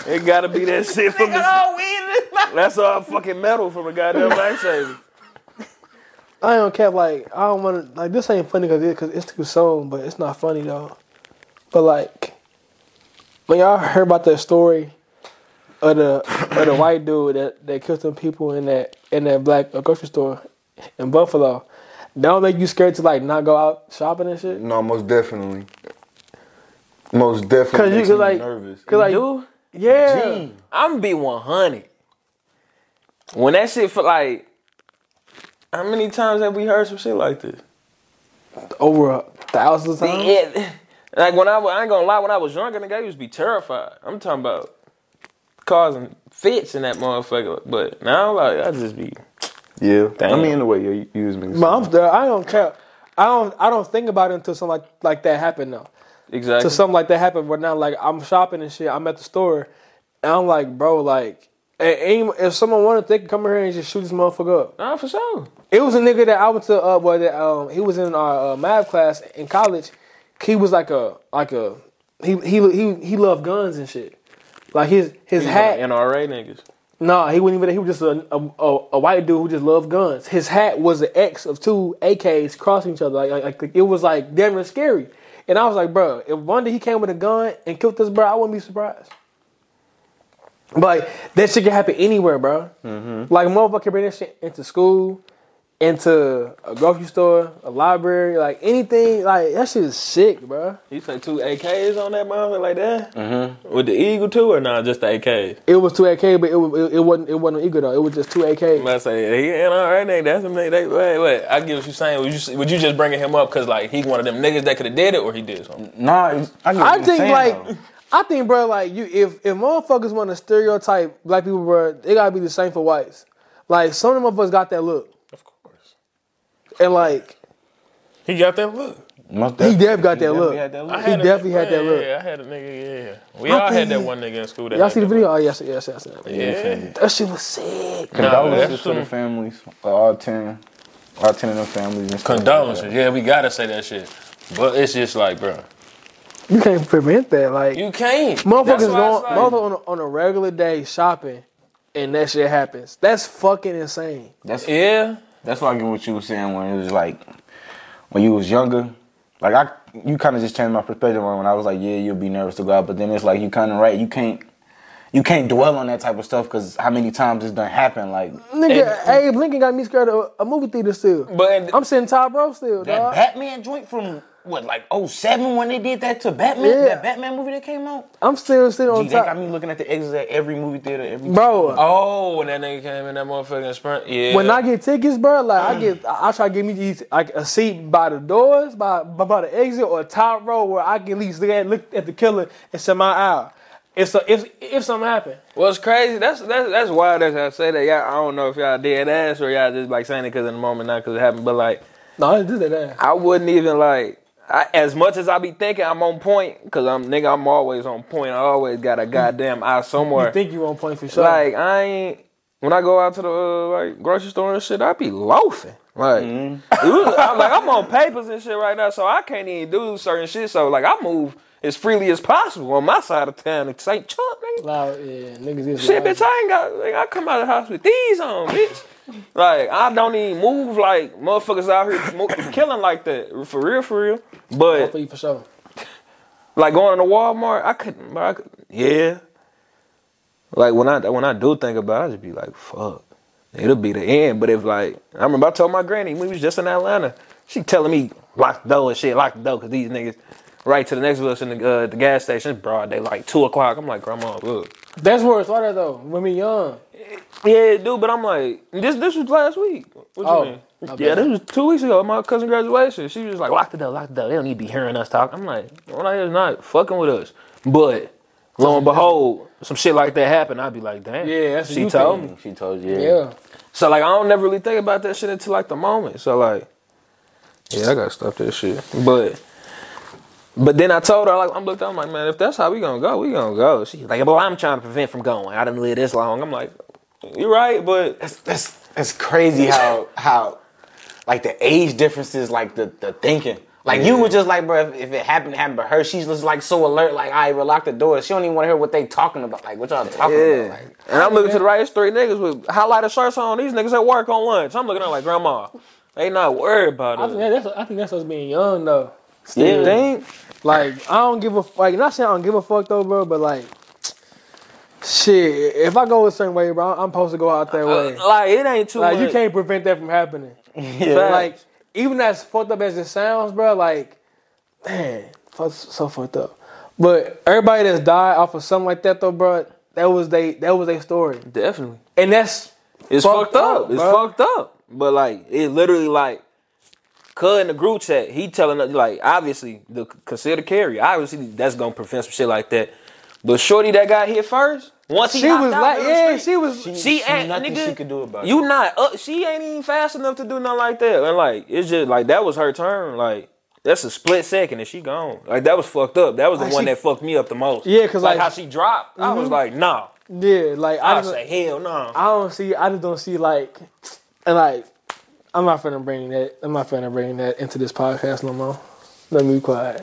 S2: It gotta be that shit from the.
S4: oh,
S2: That's all fucking metal from a goddamn life saver.
S1: I ain't gonna cap. Like I don't want to. Like this ain't funny because it, cause it's too soon, but it's not funny though. But like when y'all heard about that story of the of the white dude that that killed some people in that in that black uh, grocery store in Buffalo, that don't make you scared to like not go out shopping and shit.
S6: No, most definitely. Most definitely.
S1: Cause you
S6: makes
S1: could
S6: me
S1: like,
S6: nervous.
S1: cause like,
S2: Dude,
S1: yeah,
S2: I'm be 100. When that shit for like, how many times have we heard some shit like this?
S1: over a thousand times.
S2: Yeah, like when I, wa- I ain't gonna lie, when I was younger, nigga, I used to be terrified. I'm talking about causing fits in that motherfucker. But now, like, I just be.
S6: Yeah. I
S2: Damn.
S6: mean, in a way, you you was making
S1: But I'm still, I don't care. I don't I don't think about it until something like like that happened though.
S2: Exactly.
S1: to something like that happened where now like I'm shopping and shit. I'm at the store and I'm like, bro, like a- aim- if someone wanted, they could come here and just shoot this motherfucker up.
S2: Nah, for sure.
S1: It was a nigga that I went to uh boy that um he was in our uh, math class in college. He was like a like a he he he he loved guns and shit. Like his his hat.
S2: NRA niggas.
S1: Nah, he wasn't even. He was just a, a, a, a white dude who just loved guns. His hat was an X of two AKs crossing each other. Like, like, like it was like damn near scary. And I was like, bro, if one day he came with a gun and killed this bro, I wouldn't be surprised. But like, that shit can happen anywhere, bro. Like motherfucker can bring that shit into school, into a grocery store, a library, like anything. Like that shit is sick, bro.
S2: You say two AKs on that motherfucker like that? Mm-hmm. With the eagle too, or not just the AKs?
S1: It was two AK, but it, wa- it, it wasn't. It wasn't an ego though. It was just two AKs.
S2: I say he NRA nigga. That's him. They, they, wait, wait. I get what you saying. Would you would you just bringing him up because like he one of them niggas that could have did it, or he did something?
S4: Nah, it's- I, get what
S1: I
S4: you're
S1: think
S4: saying,
S1: like
S4: though.
S1: I think bro like you if if motherfuckers want to stereotype black people bro they gotta be the same for whites like some of them motherfuckers got that look
S2: Of course.
S1: and like
S2: He got that look.
S4: Most
S1: he
S4: definitely.
S1: def got that look
S4: had that look.
S1: he definitely had that look
S2: Yeah, I had a nigga. Yeah, we
S1: I
S2: all had
S1: think-
S2: that one nigga in school. That
S1: y'all
S2: had
S1: see the
S2: that
S1: video oh yes yes yes, yes.
S2: look. Yeah.
S1: that shit was sick
S2: that's
S4: Condolences to
S2: some-
S4: the families, uh, all ten, all ten of them families. And stuff like that.
S2: Condolences. Yeah, we gotta say that shit. But it's just like, bro,
S1: you can't prevent that like
S2: you can't. That's
S1: motherfuckers
S2: why
S1: going
S2: it's like-
S1: motherfuckers on a, on a regular day shopping and that shit happens that's fucking insane
S4: That's
S2: Yeah.
S4: that's why I get what you were saying when it was like when you was younger. Like I, you kind of just changed my perspective on when I was like, yeah, you'll be nervous to go out, but then it's like you kind of right. You can't, you can't dwell on that type of stuff because how many times it's done happen. Like
S1: nigga Abe Lincoln got me scared of a movie theater still
S2: But
S1: I'm sitting Todd Bro still
S4: that
S1: dog.
S4: Batman joint from what like 07 when they did that to Batman,
S1: Yeah.
S4: that Batman movie that came out.
S1: I'm still sitting on
S4: Gee, they
S1: top.
S4: got me looking at the exits at every movie theater. Every
S1: Bro,
S2: oh, when that nigga came in that motherfucking sprint. Yeah.
S1: when I get tickets, bro, like I get, I I try to get me these like a seat by the doors, by by by the exit or top row where I can at least look at, look at the killer and send my eye. If so, if if something happened,
S2: What's crazy? That's that's that's wild as I say that. Y'all, I don't know if y'all dead ass or y'all just like saying it because in the moment, not because it happened. But like,
S1: no, I didn't do that.
S2: I wouldn't even like. I, as much as I be thinking I'm on point, cause I'm nigga, I'm always on point. I always got a goddamn eye somewhere.
S1: I think Mm. you on point for sure.
S2: like I ain't. When I go out to the uh, like grocery store and shit, I be loafing. Like,
S1: Mm.
S2: it was- I'm like I'm on papers and shit right now, so I can't even do certain shit. So like, I move as freely as possible on my side of town in St. Chuck, nigga.
S1: loud, yeah, niggas is
S2: Shit,
S1: loud.
S2: bitch, I ain't got. Like, I come out of the house with these on, bitch. Like, I don't even move like motherfuckers out here mo- killing like that. For real, for real.
S1: I
S2: But
S1: feel you for sure.
S2: like going to Walmart, I couldn't. bro, I could, yeah. Like when I when I do think about, it, I just be like, fuck. It'll be the end. But if like I remember, I told my granny we was just in Atlanta. She telling me lock the door and shit, lock the door, cause these niggas right to the next village in the uh, the gas station. It's broad day, like two o'clock. I'm like, grandma, look.
S1: That's where it's harder though. When we young,
S2: Yeah, dude, but I'm like, this this was last week. What you
S1: Oh,
S2: mean?
S1: my
S2: Yeah,
S1: bad.
S2: this was two weeks ago. at My cousin graduation. She was just like, lock the door, lock the door. They don't need to be hearing us talk. I'm like, well, they is not fucking with us. But lo and behold, some shit like that happened. I'd be like, damn.
S1: Yeah, that's what
S2: she
S1: you
S2: told
S1: think.
S2: me.
S4: She told you.
S1: yeah,
S2: So like, I don't never really think about that shit until like the moment. So like, yeah, I gotta stop that shit. But. But then I told her, like, I'm looked. I'm like, man, if that's how we gonna go, we gonna go. She's like, well, I'm trying to prevent from going. I didn't live this long. I'm like, you're right, but
S5: That's that's that's crazy how how like the age differences, like the the thinking. Like you were just like, bro, if, if it happened, it happened. But her, she's just like so alert. Like, I will lock the door. She don't even want to hear what they talking about. Like, what y'all talking
S2: Yeah.
S5: about? Like,
S2: and I'm looking to the right, it's three niggas with highlighted shirts on. These niggas at work on lunch. I'm looking at them like, grandma, they not worried
S1: I
S2: about
S1: think
S2: it.
S1: that- that's I think that's us being young though.
S2: You think?
S1: Like I don't give a f- like. Not saying I don't give a fuck though, bro. But like, shit, if I go a certain way, bro, I'm supposed to go out that way.
S2: Like, it ain't too
S1: Like
S2: much.
S1: you can't prevent that from happening.
S2: Facts.
S1: Like even as fucked up as it sounds, bro. Like, damn, fuck, so fucked up. But everybody that's died off of something like that though, bro, that was they that was their story,
S2: Definitely.
S1: and that's
S2: It's
S1: Fucked
S2: fucked,
S1: up,
S2: up. It's
S1: bro.
S2: fucked up. But, like, it literally, like, Cud in the group chat, he telling us, like, obviously, the consider carry. Obviously, that's going to prevent some shit like that. But Shorty that got hit first, once he
S1: she
S2: hopped
S1: was
S2: out
S1: like,
S2: down the
S1: yeah,
S2: street,
S1: she was.
S2: She ain't
S4: nothing
S2: nigga,
S4: she could do about
S2: You not up. She ain't even fast enough to do nothing like that. And like it's just like that was her turn. Like that's a split second and she gone. Like that was fucked up. That was the
S1: Like,
S2: one
S1: she-
S2: that fucked me up the most.
S1: Yeah, 'cause, like-
S2: how she dropped. I was like, nah.
S1: yeah, like
S2: I,
S1: I,
S2: was
S1: don't,
S2: like, hell no.
S1: I don't see, I just don't see like, and like, I'm not finna bring that, I'm not finna bring that into this podcast no more. Let me be quiet.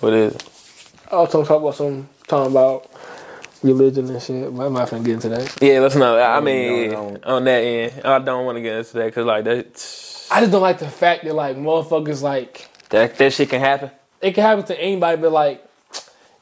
S2: what is it?
S1: Also talk about some talking about religion and shit, but I'm not finna get into that.
S2: Yeah, let's not. I mean,
S4: no, no.
S2: on that end, I don't want to get into that because like that,
S1: I just don't like the fact that like motherfuckers like
S2: that that shit can happen.
S1: it can happen to anybody, but like,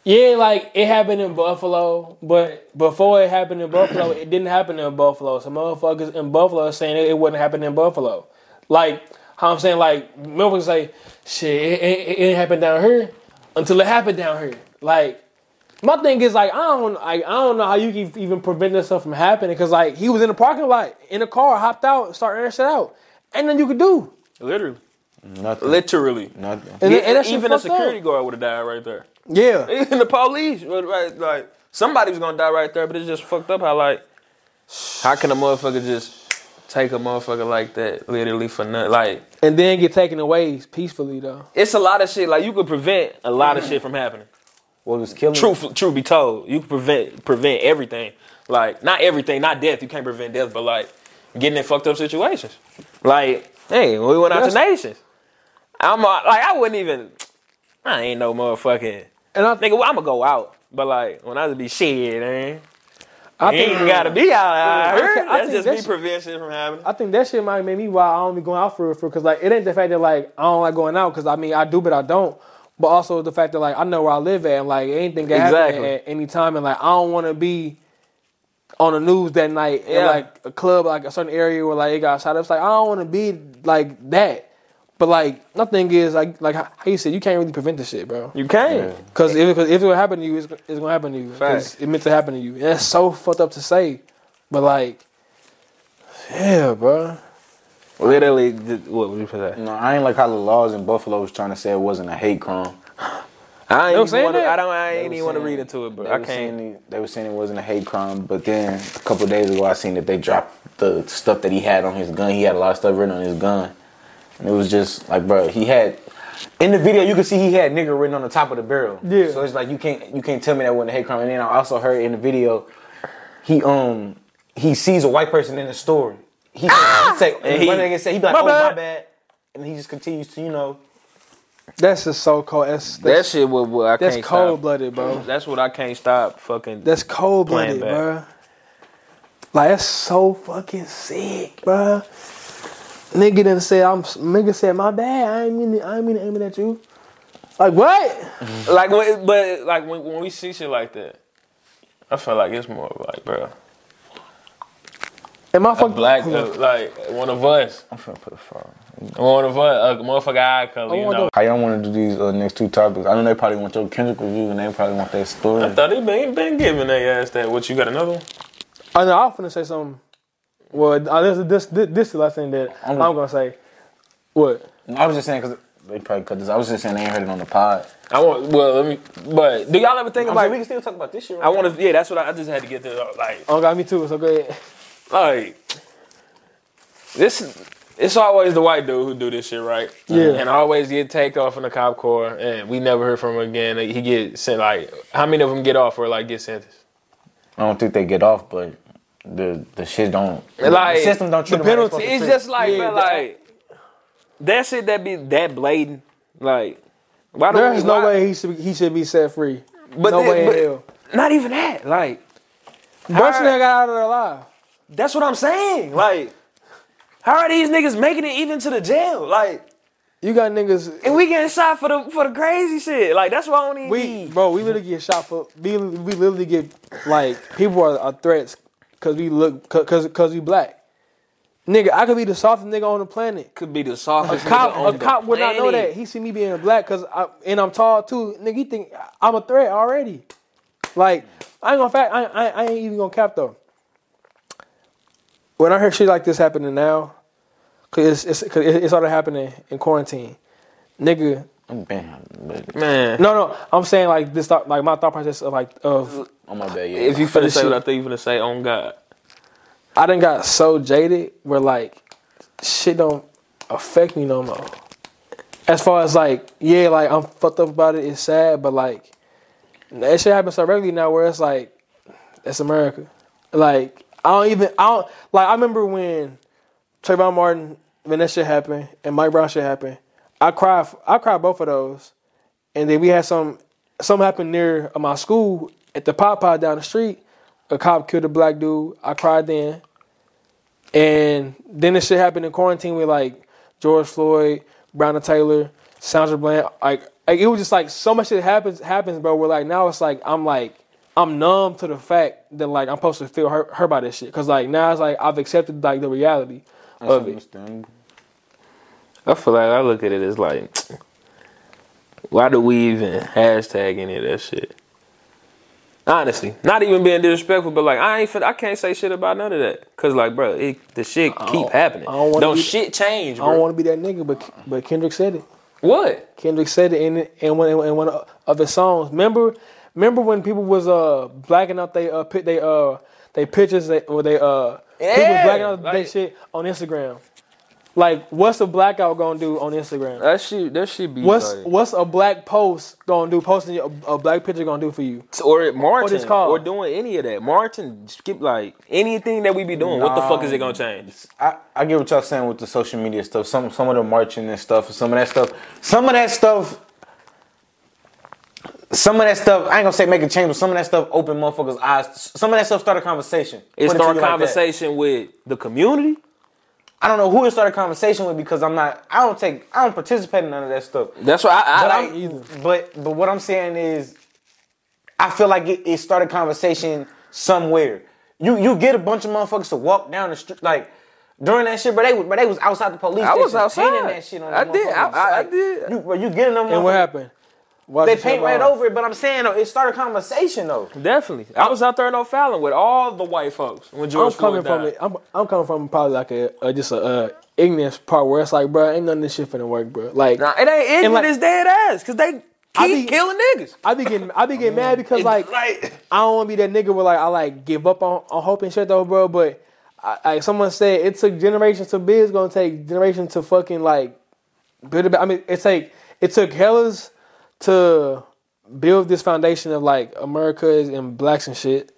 S1: yeah, like it happened in Buffalo, but before it happened in Buffalo, it didn't happen in Buffalo. So motherfuckers in Buffalo are saying it, it wouldn't happen in Buffalo. Like how I'm saying, like motherfuckers say, shit, it, it, it didn't happen down here until it happened down here. Like my thing is like I don't like I don't know how you can even prevent this stuff from happening because like he was in the parking lot in a car, hopped out, started airing shit out, and then you could do.
S2: Literally,
S4: Nothing.
S2: literally.
S4: Nothing.
S1: And,
S2: Yeah,
S1: and that shit
S2: even a
S1: fucked up.
S2: security guard would have died right there.
S1: Yeah.
S2: Even the police, would, right? Like somebody was gonna die right there, but it's just fucked up how like how can a motherfucker just take a motherfucker like that literally for nothing? Like
S1: and then get taken away peacefully though.
S2: it's a lot of shit. Like you could prevent a lot of shit from happening.
S4: What was killing?
S2: Truth, truth be told, you could prevent prevent everything. Like not everything, not death. You can't prevent death, but like getting in fucked up situations. Like hey, we went out to nations. I'm uh, like I wouldn't even. I ain't no motherfucking
S1: And I think
S2: nigga. I'ma go out, but like when I was be shit, man.
S1: I
S2: You
S1: think
S2: ain't gotta be out. I
S1: I
S2: heard.
S1: think- I
S2: That's
S1: think
S2: just
S1: that
S2: me
S1: shit-
S2: preventing shit from happening.
S1: I think that shit might make me why I don't be going out for real, for because like it ain't the fact that like I don't like going out because I mean I do but I don't, but also the fact that like I know where I live at and like anything can happen
S2: Exactly.
S1: at any time and like I don't want to be on the news that night in
S2: Yeah.
S1: like a club like a certain area where like it got shot up. It's like I don't want to be like that, but like nothing is like like how you said you can't really prevent the shit, bro.
S2: You can't.
S1: Because if, cause if it would happen to you, it's, it's gonna happen to you. 'Cause It meant to happen to you. And that's so fucked up to say, but like, yeah, bro.
S2: Literally, th- what would you put that?
S4: No, I ain't like how the laws in Buffalo was trying to say it wasn't a hate crime.
S2: I
S1: were
S2: ain't even
S1: saying
S2: want to.
S1: that?
S2: I don't. I ain't even want to
S4: saying-
S2: read into it, but
S4: They
S2: I
S4: were
S2: can't.
S4: saying it- they were saying it wasn't a hate crime, but then a couple days ago I seen that they dropped the stuff that he had on his gun. He had a lot of stuff written on his gun, and it was just like, bro, he had. In the video, you can see he had "nigger" written on the top of the barrel.
S1: Yeah.
S4: So it's like you can't you can't tell me that wasn't a hate crime. And then I also heard in the video, he um he sees a white person in the store. He, he say, Ah! and
S2: he-
S4: one nigga say he be like,
S2: "My
S4: oh my
S2: bad."
S4: bad, and he just continues to you know
S1: That's just so cold. That's
S2: That
S1: that's,
S2: shit. What, what I
S1: that's
S2: can't
S1: cold blooded, bro.
S2: stop. That's what I can't stop. Fucking.
S1: That's cold
S2: Playing
S1: blooded, bro. Like that's so fucking sick, bro. Nigga done said I'm. Nigga said my bad. I ain't mean. To, I ain't mean to aim it at you. Like what?
S2: like when, but like when, when we see shit like that, I feel like it's more of like, bro,
S1: Am I
S2: a
S1: fucking
S2: black, uh, like one of us,
S4: I'm finna put a phone.
S2: one of us, a motherfucker eye color, you
S1: want
S2: know.
S4: I don't want to do these uh, next two topics. I know they probably want your Kendrick review and they probably want that story.
S2: I thought he been, been giving their ass that. What you got another one?
S1: I know. I was finna say something. Well, uh, this this this, this is the last thing that I'm,
S4: I'm-
S1: gonna say. What?
S4: I was just saying because they probably cut this. I was just saying they ain't heard it on the pod.
S2: I want. Well, let me. But do y'all ever think about?
S4: can still talk about this shit.
S2: I want to. Yeah, that's what I, I just had to get this. out, Like,
S1: Oh God, me too. So go ahead.
S2: like this. It's always the white dude who do this shit, right?
S1: Yeah.
S2: And always get take off in the cop car, and we never hear from him again. He get sent like how many of them get off or like get sentenced?
S4: I don't think they get off, but the the shit don't.
S2: Like,
S4: the system don't treat the
S1: penalty-
S4: Like
S2: It's just like,
S1: Yeah,
S2: man,
S1: that-
S2: like that shit that be that blatant. Like, why do
S1: There's
S2: we,
S1: no
S2: why-
S1: way he should be, he should be set free.
S2: But
S1: no
S2: then-
S1: way in
S2: but-
S1: hell.
S2: Not even that. Like,
S1: Bunch of them got out of there alive.
S2: that's what I'm saying. Like, how are these niggas making it even to the jail? Like,
S1: You got niggas.
S2: and we getting shot for the for the crazy shit. Like, that's why I don't even.
S1: We bro, we literally get shot for. We, we literally get like people are, are threats because we look because because we black. Nigga, I could be the softest nigga on the planet.
S2: could be the softest.
S1: Cop, a cop would not know that. He see me being black because I and I'm tall too. Nigga, he think I'm a threat already. Like I ain't gonna fact. I, I I ain't even gonna cap though. When I hear shit like this happening now, cause it's it's, cause it- it started happening in quarantine. Nigga,
S4: man, but
S2: Man,
S1: no, no. I'm saying like this. Thought, like my thought process of like of
S4: on oh, my bad, yeah.
S2: if you
S1: For the
S2: finna say what
S1: shit.
S2: I think you finna say, on God.
S1: I done got so jaded where like shit don't affect me no more. As far as like yeah, like I'm fucked up about it. It's sad, but like that shit happens so regularly now where it's like that's America. Like I don't even I don't like I remember when Trayvon Martin when that shit happened and Mike Brown shit happened. I cried I cried both of those, and then we had some something happened near uh, my school at the Popeye down the street. A cop killed a black dude. I cried then. And then this shit happened in quarantine with like George Floyd, Breonna Taylor, Sandra Bland. Like, like it was just like so much shit happens happens, bro. Where like now it's like I'm like I'm numb to the fact that like I'm supposed to feel hurt, hurt by this shit. Cause like now it's like I've accepted like the reality of it.
S2: I feel like I look at it as like, why do we even hashtag any of that shit? Honestly, not even being disrespectful, but like I ain't, fin- I can't say shit about none of that, cause like, bro, it, the shit keep happening.
S1: I don't wanna
S2: Don't,
S1: be-
S2: shit change,
S1: I don't
S2: bro.
S1: want to be that nigga, but but Kendrick said it.
S2: What?
S1: Kendrick said it in in one in one of his songs. Remember, remember when people was uh blacking out they uh pit they uh they pictures they or they uh people was
S2: Yeah,
S1: blacking out they
S2: like-
S1: shit on Instagram. Like, what's a blackout gonna do on Instagram?
S2: That shit, that shit be
S1: What's
S2: like,
S1: what's a black post gonna do? Posting a, a black picture gonna do for you?
S2: or Martin,
S1: it's called?
S2: or doing any of that. Martin, skip like anything that we be doing. What the fuck is it gonna change?
S4: I, I get what y'all saying with the social media stuff. Some some of the marching and stuff, some of that stuff, some of that stuff, some of that stuff. I ain't gonna say make a change, but some of that stuff open motherfuckers' eyes. Some of that stuff start a conversation.
S2: It
S4: Put to
S2: start
S4: you like that.
S2: conversation with the community.
S4: I don't know who to start a conversation with because I'm not. I don't take. I don't participate in none of that stuff.
S2: That's why I, I,
S4: But
S2: I
S4: I'm- But but what I'm saying is, I feel like it, it started conversation somewhere. You you get a bunch of motherfuckers to walk down the street like during that shit, but they but they was outside the police.
S2: I was
S4: station painting
S2: outside.
S4: that shit on
S2: I
S4: the
S2: did. I-
S4: motherfuckers.
S2: I- I
S4: Like,
S2: did.
S4: You, but you getting them.
S1: And what
S4: motherfuckers-
S1: happened? Why
S4: They
S1: is your
S4: paint
S1: shit
S4: right
S1: wrong?
S4: over it, but I'm saying though, it started conversation though.
S2: Definitely. I was out there in O'Fallon with all the white folks when
S1: I'm
S2: George
S1: coming
S2: Floyd
S1: from
S2: died.
S1: it. I'm, I'm coming from probably like a, a just a, uh ignorance part where it's like, bro, ain't none of this shit finna work, bro. Like,
S2: Nah, it ain't ignorant
S1: like-
S2: it's dead ass, cause they
S1: I
S2: keep
S1: be-
S2: killing niggas.
S1: I be getting I be getting mad because like
S2: Like,
S1: I don't want to be that nigga where like I like give up on, on hope and shit though, bro. But I, like someone said, it took generations to build. It's gonna take generations to fucking like build it. back. I mean, it take it took hellas to build this foundation of like America's and blacks and shit.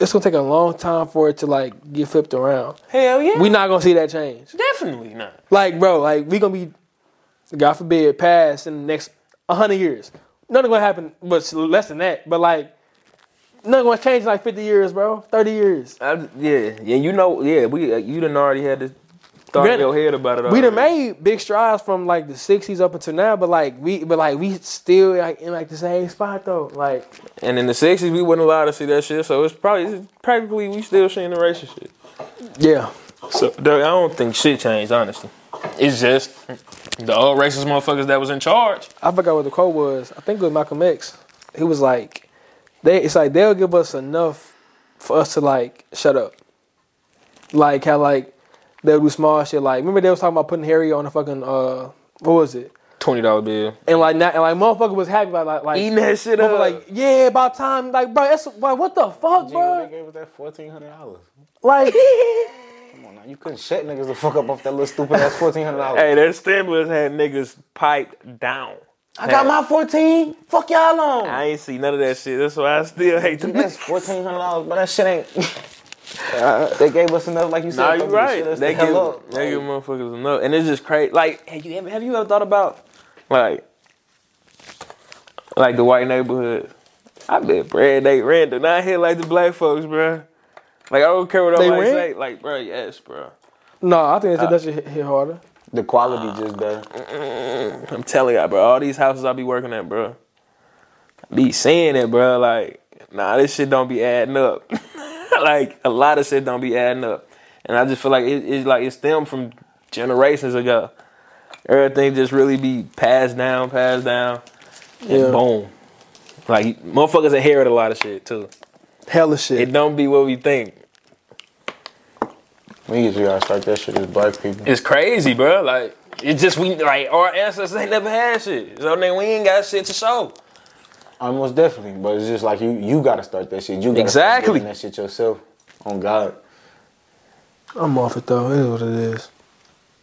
S1: It's gonna take a long time for it to like get flipped around.
S2: hell yeah.
S1: We not gonna see that change.
S2: definitely not.
S1: Like, bro, like we gonna be, God forbid, passed in the next hundred years. Nothing gonna happen, but s- less than that. But like, nothing gonna change in like fifty years, bro. Thirty years.
S2: I, yeah, yeah. You know, yeah. We uh, you done already had this thought in
S1: Granted,
S2: your head about it.
S1: We done
S2: already.
S1: made big strides from like the '60s up until now, but like we, but like we still like in like the same spot though. Like,
S2: And in the sixties, we would not allowed to see that shit. So it's probably it's practically we still seeing the racist shit.
S1: yeah,
S2: So Doug, I don't think shit changed. Honestly, it's just the old racist motherfuckers that was in charge.
S1: I forgot what the quote was. I think it was Malcolm X. He was like, they, it's like they'll give us enough for us to like shut up. Like how like they'll do small shit. Like remember they was talking about putting Harry on a fucking uh what was it?
S2: Twenty dollar bill.
S1: And like now and like motherfucker was happy about like like
S2: Eating that shit
S1: motherfucker
S2: up.
S1: like yeah about time like bro that's like what the fuck
S4: They
S1: bro
S4: gave us that fourteen hundred dollars.
S1: like
S4: You couldn't shut niggas the fuck up off that little stupid ass fourteen hundred dollars.
S2: hey, that stimulus had niggas piped down.
S4: I got my fourteen. Fuck y'all on.
S2: I ain't see none of that shit. That's why I still hate them.
S4: That's fourteen hundred dollars, but that shit ain't. Uh, they gave us enough, like you said.
S2: Nah, you
S4: fuck this
S2: right.
S4: shit, let's
S2: They
S4: the hell
S2: give,
S4: up.
S2: they give motherfuckers enough, and it's just crazy. Like, have you ever have you ever thought about like like the white neighborhood? I bet bread they random. Not here like the black folks, bruh. Like I don't care what
S1: They
S2: nobody
S1: red?
S2: say. Like, bruh, yes, bruh.
S1: no I think that shit hit- hit harder
S4: The quality just better.
S2: I'm telling y'all, bro. All these houses I be working at, bruh. Be saying it, bruh. Like, nah, this shit don't be adding up. like, a lot of shit don't be adding up, and I just feel like it, it's like it's stemmed from generations ago. Everything just really be passed down, passed down, and
S1: Yeah.
S2: boom. Like motherfuckers inherit a lot of shit too.
S1: hella shit
S2: It don't be what we think.
S4: We usually gotta start that shit as black people.
S2: It's crazy, bruh. Like it's just we like our ancestors ain't never had shit, so then we ain't got shit to show.
S4: Almost definitely, but it's just like you, you gotta start that shit. You gotta
S2: Exactly.
S4: start doing that shit yourself. On God,
S1: I'm off it though it is what it is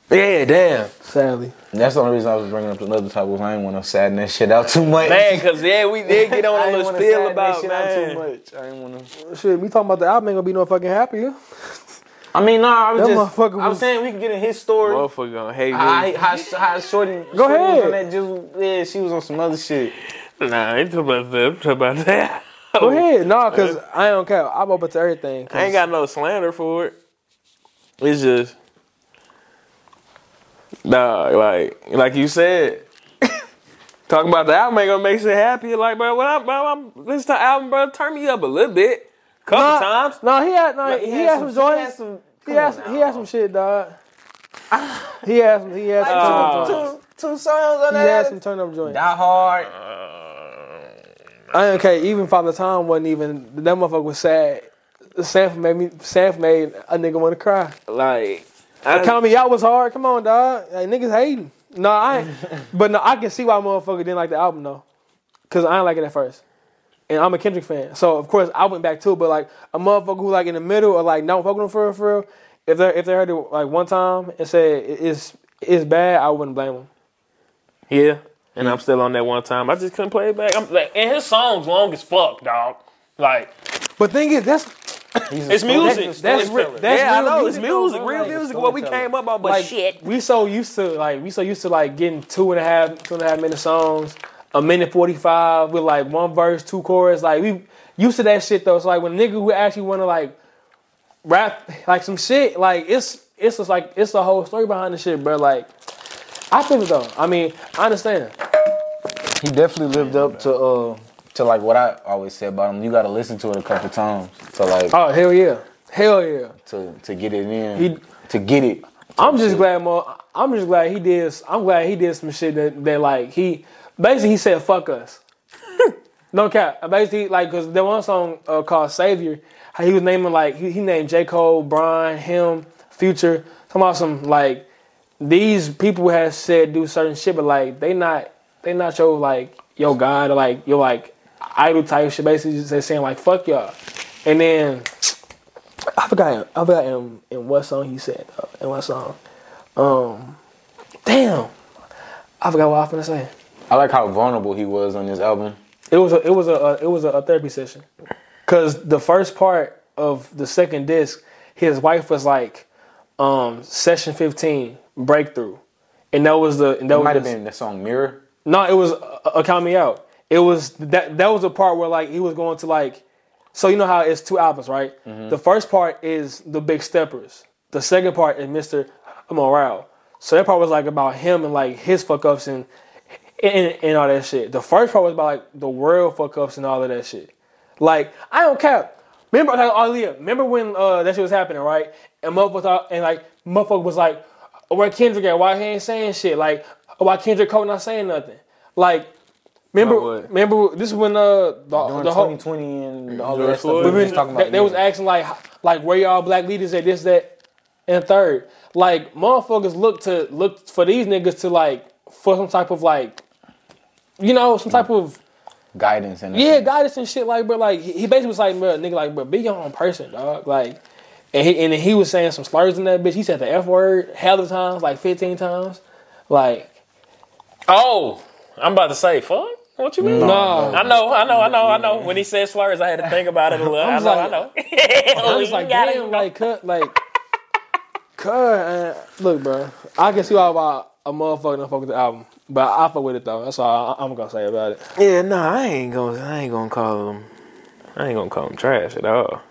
S2: Yeah, damn.
S1: sadly
S4: And that's the only reason I was bringing up another topic. Was I ain't want to sadden that shit out too much.
S2: Man, cause yeah, we did get
S4: I
S2: on
S4: ain't
S2: a little
S4: wanna
S2: spill
S4: sadden
S2: about
S4: that shit out too
S2: man.
S4: much. I ain't want to.
S1: shit we talking about the album ain't gonna be no fucking happier
S4: I mean, no, I was
S1: That
S4: just.
S1: motherfucker
S4: I'm
S1: was-
S4: saying we can get in his story.
S2: Motherfucker gonna hate me.
S4: I, how, how Shorty,
S1: Go
S4: Shorty was
S1: ahead.
S4: on that just, yeah, she was on some other shit.
S2: nah, I ain't talking about that. I'm talking about that.
S1: go ahead no cause I don't care I'm open to everything 'cause
S2: I ain't got no slander for it. It's just nah, like like you said. Talking about the album ain't gonna make shit happy. Like, bro, when I'm, bro, I'm listening to the album, bro, turn me up a little bit, couple
S1: Nah,
S2: times.
S1: No, he had no, he, had, some,
S4: She had
S1: joints.
S4: some-
S1: He had some, he had some shit, dog. he had some, he had some,
S2: Uh,
S1: turn up joints.
S4: two, two songs on
S1: He had
S4: that.
S1: some turn up joints.
S4: Die Hard.
S5: Uh,
S1: I don't care. Even Father Time wasn't even that motherfucker was sad. Sanford made me. Sanford made a nigga want to cry.
S2: Like, I
S1: Count me out was hard. Come on, dog. Like niggas hating. No, I. Ain't. but no, I can see why motherfucker didn't like the album though, cause I ain't like it at first. And I'm a Kendrick fan, so of course I went back too. But like a motherfucker who like in the middle or like not fucking with him for real, for real. If they if they heard it like one time and said it- it's it's bad, I wouldn't blame them.
S2: Yeah, and I'm still on that one time. I just couldn't play it back. I'm like, and his songs long as fuck, dog. Like,
S1: But thing is, that's
S2: it's music.
S1: that's- that's
S2: Storyteller.
S1: real- that's
S2: yeah,
S1: real
S2: I know it's
S1: music though,
S2: music,
S1: bro.
S2: real
S1: Like,
S2: music. What we came up on, but
S1: like
S2: shit.
S1: we so used to like we so used to like getting two and a half two and a half minute songs, a minute forty five with like one verse, two chorus. Like we used to that shit though. So like when a nigga who actually want to like rap like some shit, like it's it's just like it's the whole story behind the shit, bro. Like I feel it though. I mean, I understand.
S4: He definitely lived up to uh to like what I always said about him. You gotta listen to it a couple times to like
S1: Oh hell yeah, hell yeah.
S4: to to get it in.
S1: He-
S4: to get it.
S1: I'm just glad more. I'm just glad he did. I'm glad he did some shit that that like he basically he said fuck us. no cap. Basically like because there one song uh, called Savior. How he was naming like he, he named J Cole, Brian, him, Future. Talking about some like these people have said do certain shit, but like they not they not your like yo God or like yo like idol type shit. Basically, just they saying like fuck y'all. And then I forgot I forgot in, in what song he said uh, in what song. Um, damn, I forgot what I was gonna say.
S4: I like how vulnerable he was on this album.
S1: It was a, it was a, a it was a, a therapy session, because the first part of the second disc, his wife was like, um, session fifteen breakthrough, and that was the and that
S4: It might
S1: was
S4: have
S1: the-
S4: been the song Mirror.
S1: no, it was uh, uh, count me out. It was that that was the part where like he was going to like, so you know how it's two albums, right? The first part is the big steppers. The second part is Mister Morale. So that part was like about him and like his fuck ups and, and and all that shit. The first part was about like the world fuck ups and all of that shit. Like I don't care. Remember like Aaliyah. Remember when uh, that shit was happening, right? And motherfucker thought- and like motherfucker was like, where Kendrick at? Why he ain't saying shit? Like why Kendrick Cole not saying nothing? Like remember
S4: what?
S1: remember this is when uh the,
S4: During
S1: the whole
S4: 2020 and all of that stuff.
S1: we
S4: we
S1: were-
S4: was talking
S1: they,
S4: about
S1: they was asking like like where y'all black leaders at this that and third like motherfuckers look to look for these niggas to like for some type of like you know some type of
S4: guidance and
S1: yeah, guidance and shit. Like, but like he he basically was like, bro, nigga, like, bro, be your own person, dog. Like, and he and then he was saying some slurs in that bitch. He said the f word hell of times, like fifteen times. Like,
S2: Oh, I'm about to say, fuck. What you mean?
S1: no,
S2: I know, I know, I know, I know. When he said slurs, I had to think about it a little. I
S1: was
S2: know,
S1: like-
S2: I know.
S1: I was like, damn, like, cut, like, cut. uh, Look, bro, I can see why why a motherfucker don't fuck with the album, but I fuck with it though. That's all I, I'm gonna say about it.
S2: yeah, no, I ain't gonna, I ain't gonna call him, I ain't gonna call him trash at all,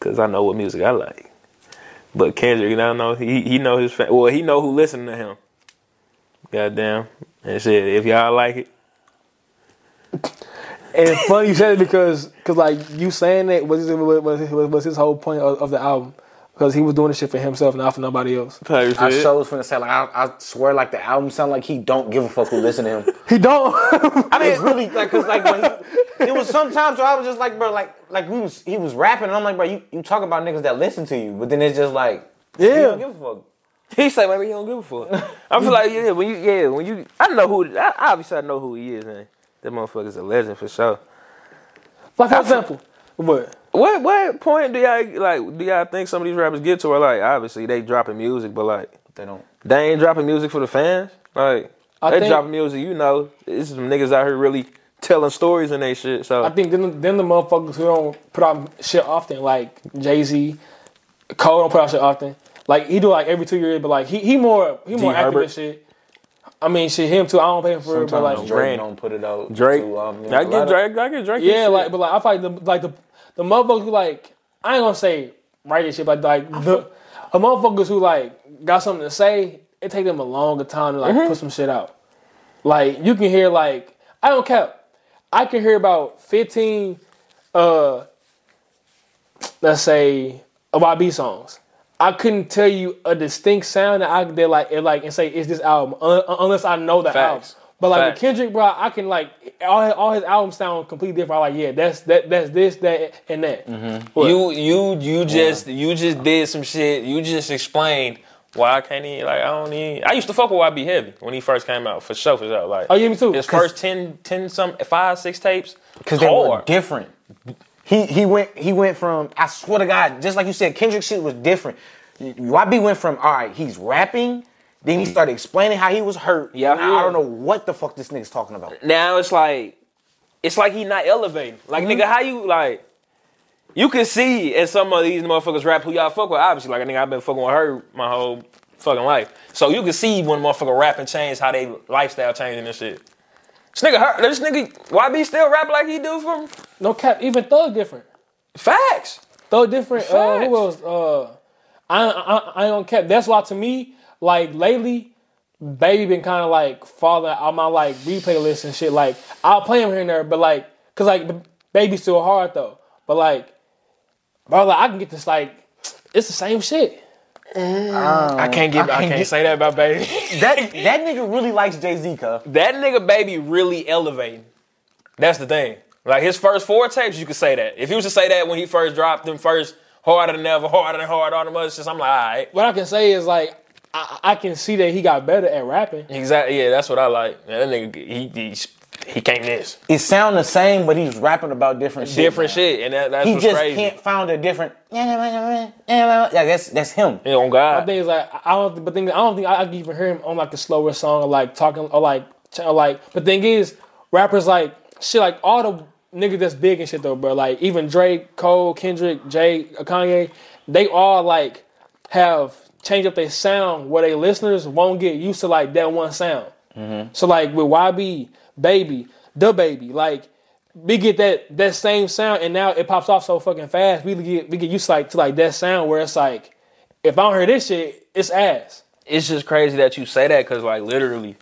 S2: cause I know what music I like. But Kendrick, I know he he know his, fa- well, he know who listening to him. Goddamn, and shit. If y'all like it,
S1: And it's funny you said it because, cause like you saying that was was, was, was his whole point of, of the album, because he was doing this shit for himself, not for nobody else.
S2: type
S5: I
S2: shit.
S5: sure was finna say like I, I swear like the album sound like he don't give a fuck who listen to him.
S1: He don't.
S5: I mean, it's really like because like when he, it was sometimes where I was just like, bro, like like we was he was rapping and I'm like, bro, you you talk about niggas that listen to you, but then it's just like you
S1: Yeah.
S5: don't give a fuck.
S2: He say maybe he don't give a fuck. I feel like yeah, when you yeah, when you I know who I, obviously I know who he is, man. That motherfucker's a legend for sure.
S1: Like for example, what?
S2: What what point do y'all like do y'all think some of these rappers get to where like obviously they dropping music but like
S5: They don't.
S2: they ain't dropping music for the fans? Like
S1: I
S2: they
S1: think-
S2: dropping music, you know. This is some niggas out here really telling stories and they shit. So
S1: I think then then the motherfuckers who don't put out shit often, like Jay Z, Cole don't put out shit often. Like he do like every two years, but like he he more he more active
S4: Herbert.
S1: and shit. I mean shit, him too. I don't pay him for it, but like
S4: Sometimes
S2: Drake.
S4: Drake don't put it out.
S2: Drake,
S4: to, um, you know,
S2: I
S4: a lot
S2: get
S4: of-
S2: Drake, I get Drake. his
S1: yeah,
S2: shit.
S1: like but like I fight the like the the motherfuckers who like I ain't gonna say write this shit, but like the the motherfuckers who like got something to say, it take them a longer time to like
S2: Mm-hmm.
S1: put some shit out. Like you can hear like I don't care. I can hear about fifteen uh let's say YB songs. I couldn't tell you a distinct sound that I could like it like and say it's this album un- un- unless I know the
S2: Facts.
S1: album. But like
S2: Facts.
S1: with Kendrick, bro, I can like all his, all his albums sound completely different. I'm like, yeah, that's that that's this that and that.
S2: Mm-hmm. You you you just you just did some shit. You just explained why I can't even like I don't even. I used to fuck with YB Heavy when he first came out for sure for sure. Like
S1: Oh yeah, me too.
S2: his first 10, 10 some five six tapes
S5: Cause they were
S2: hard.
S5: different. He he went he went from I swear to God, just like you said, Kendrick shit was different. YB went from all right, he's rapping, then he started explaining how he was hurt.
S2: Yeah.
S5: Now I don't know what the fuck this nigga's talking about.
S2: now it's like it's like he not elevating. Like nigga, how you like? You can see in some of these motherfuckers rap who y'all fuck with. Obviously, like I think I've been fucking with her my whole fucking life. So you can see when motherfucker rapping change how they lifestyle changing and shit. This nigga, her, this nigga, YB still rap like he do from
S1: No cap, even Thug different.
S2: facts.
S1: Thug different. Uh,
S2: Facts.
S1: who else? Uh, I I I don't cap. That's why to me, like lately, baby been kind of like falling out my like replay list and shit. Like I'll play him here and there, but like, cause like B- baby's still hard though. But like, bro, like I can get this like, it's the same shit.
S2: I can't give. Mm. I can't, say that about baby.
S5: That that nigga really likes Jay Z, cuz.
S2: that nigga baby really elevating. That's the thing. Like his first four tapes, you could say that. If he was to say that when he first dropped them first, harder than ever, harder than hard, all the other shit, I'm like, all right.
S1: What I can say is like, I, I can see that he got better at rapping.
S2: Exactly. Yeah, that's what I like. Man, that nigga, he, he
S1: he came this
S4: It sound the same, but he's rapping about different shit.
S1: different
S4: now.
S1: shit, and that, that's
S4: He
S1: what's
S4: just
S1: crazy.
S4: can't find a different. Yeah, that's that's him.
S2: Yeah, on
S1: I
S2: God.
S1: think it's like I don't, but thing, I don't think I, I can even hear him on like a slower song or like talking or like ch- or like. But thing is, rappers like shit like all the niggas that's big and shit though, bro. Like even Drake, Cole, Kendrick, Jay, Kanye, they all like have changed up their sound where they listeners won't get used to like that one sound. So like with YB, baby, the baby, like we get that that same sound, and now it pops off so fucking fast. We get we get used to like to like that sound where it's like, if I don't hear this shit, it's ass.
S2: It's just crazy that you say that because, like, literally,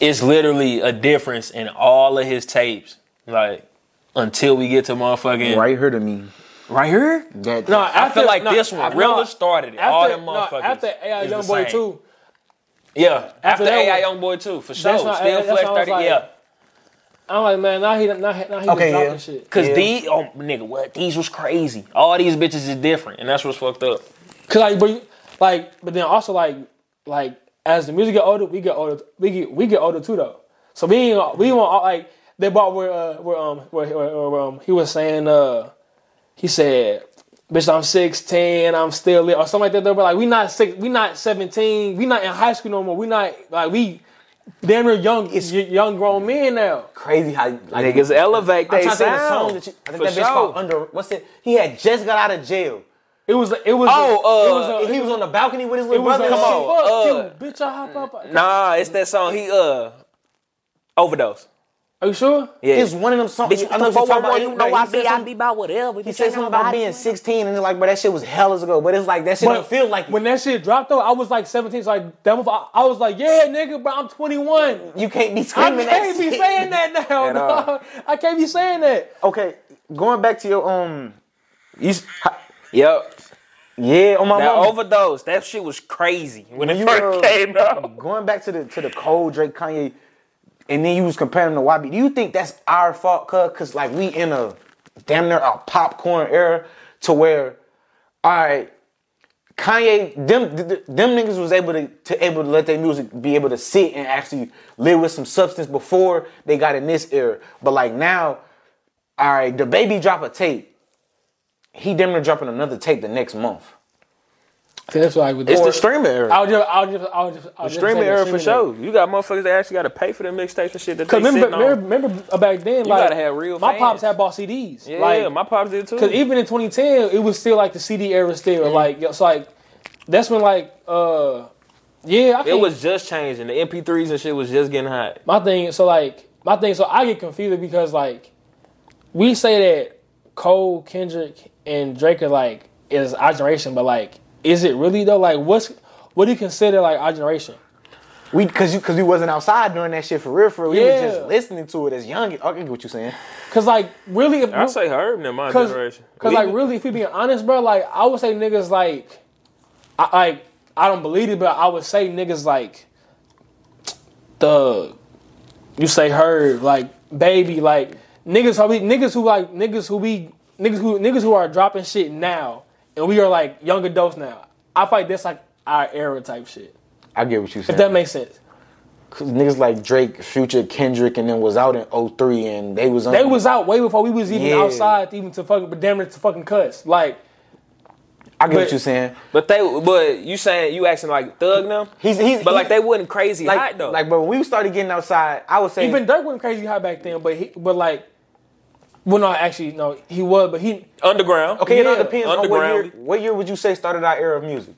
S2: it's literally a difference in all of his tapes. Like, until we get to motherfucking
S4: Right here to me.
S2: right here.
S4: That
S1: No,
S2: I
S1: after,
S2: feel like
S1: no,
S2: this one
S1: after-
S2: really
S1: no,
S2: started it.
S1: after,
S2: all them
S1: no,
S2: motherfuckers.
S1: after AI
S2: is the
S1: YoungBoy
S2: same.
S1: too,
S2: Yeah, after,
S1: that
S2: AI
S1: one.
S2: Youngboy too, for sure.
S1: not-
S2: Still
S1: that's what
S2: flex
S1: I was
S2: thirty.
S1: like.
S2: yeah,
S1: I'm like, man, now he now he, now he
S4: Okay,
S1: okay, dropping
S4: yeah.
S1: shit.
S2: cause
S4: Yeah.
S2: these oh nigga, what these was crazy. All these bitches is different, and that's what's fucked up.
S1: Cause like, but you- like, but then also like, like as the music get older, we get older. We get we get older too though. So we ain't- we want all like they bought where uh, where um where, where, where, um he was saying uh he said. Bitch, I'm 16, I'm still lit, or something like that. Though, but like, we not six, we not 17, we not in high school no more. We not like we damn near young, y- young grown men now.
S5: Crazy how like
S2: Niggas elevate
S5: I'm
S2: they
S5: trying to think of the song
S2: sound.
S5: that you, I think
S2: For
S5: that bitch called
S2: sure.
S5: Under. What's it? He had just got out of jail.
S1: It was, it was,
S2: Oh,
S1: it was
S2: uh,
S1: a,
S5: He was on the balcony with his
S1: it
S5: little
S1: was
S5: brother.
S1: a,
S5: and
S2: come
S5: shit.
S2: on. uh,
S1: fuck you, bitch, I hop up.
S2: Nah, it's that song. He uh, overdose.
S1: Are you sure?
S2: Yeah,
S5: It's one of them songs.
S2: Bitch,
S5: I
S2: what the
S5: know you're
S2: fuck
S5: talking
S2: I
S5: about.
S2: want? You know
S5: he
S2: I
S5: said
S2: be- I
S5: something-
S3: be about whatever.
S5: He said something about being 16, and it's like, bro, that shit was hell as ago. But it's like that shit don't feel like
S1: when that shit dropped though, I was like 17. So like that was, I, I was like, yeah, nigga, but I'm 21.
S5: you can't be
S1: I
S5: screaming. that
S1: can't be
S5: shit.
S1: saying that now.
S5: At all.
S1: dog. I can't be saying that.
S5: Okay, going back to your um, you, s-
S2: yep.
S5: yeah, on my
S2: That
S5: mama.
S2: overdose. That shit was crazy when it
S5: You,
S2: first
S5: uh,
S2: came out.
S5: Going back to the to the cold Drake Kanye, and then you was comparing him to YB. Do you think that's our fault, cuz? Cause like we in a damn near a popcorn era to where, all right, Kanye, them th- th- them niggas was able to, to able to let their music be able to sit and actually live with some substance before they got in this era. But like now, all right, the baby drop a tape. He damn near dropping another tape the next month.
S1: That's like with
S2: It's the streaming era.
S1: I was just, I was just, I was just, I was just
S2: Streaming
S1: saying
S2: era for
S1: streaming
S2: sure. You got motherfuckers that actually got to pay for their mixtapes and shit that they
S1: Cause remember,
S2: sitting
S1: remember,
S2: on.
S1: remember, uh, back then, like
S2: gotta have real
S1: my
S2: fans.
S1: pops had bought CDs.
S2: Yeah,
S1: like,
S2: my pops did too.
S1: Because even in 2010, it was still like the CD era still. Like it's like that's when like uh yeah, I
S2: It
S1: can't-
S2: was just changing. The MP3s and shit was just getting hot.
S1: my thing. So like my thing. So I get confused because like we say that Cole, Kendrick, and Drake are like is our generation, but like is it really though? Like what's what do you consider like our generation?
S5: We cause you cause we wasn't outside doing that shit for real for real. We
S1: Yeah.
S5: was just listening to it as young. I can get what you saying.
S1: Because like really, if
S2: I say Herb in my generation.
S1: Because like really, if you being honest, bro, like I would say niggas like, I like I don't believe it, but I would say niggas like the you say her like baby like niggas who we niggas who like niggas who we niggas who niggas who are dropping shit now and we are like young adults now. I feel like that's like our era type shit.
S5: I get what you saying.
S1: If that makes sense.
S5: 'Cause niggas like Drake, Future, Kendrick, and then was out in 03 and they was on
S1: They was out way before we was even
S5: Yeah.
S1: outside even to fucking but damn it to fucking cuss. Like
S5: I get
S1: but-
S5: what you saying.
S2: But they, but you saying you acting like thug now?
S5: He's he's
S2: But
S5: he-
S2: like they wasn't crazy
S5: like,
S2: hot though.
S5: Like but when we started getting outside, I would say
S1: Even Dirk wasn't crazy high back then, but he, but like, well, no, actually, no, he was, but he,
S2: underground.
S5: Okay, it all
S1: yeah,
S5: depends on oh, what
S2: underground.
S5: year what year would you say started our era of music?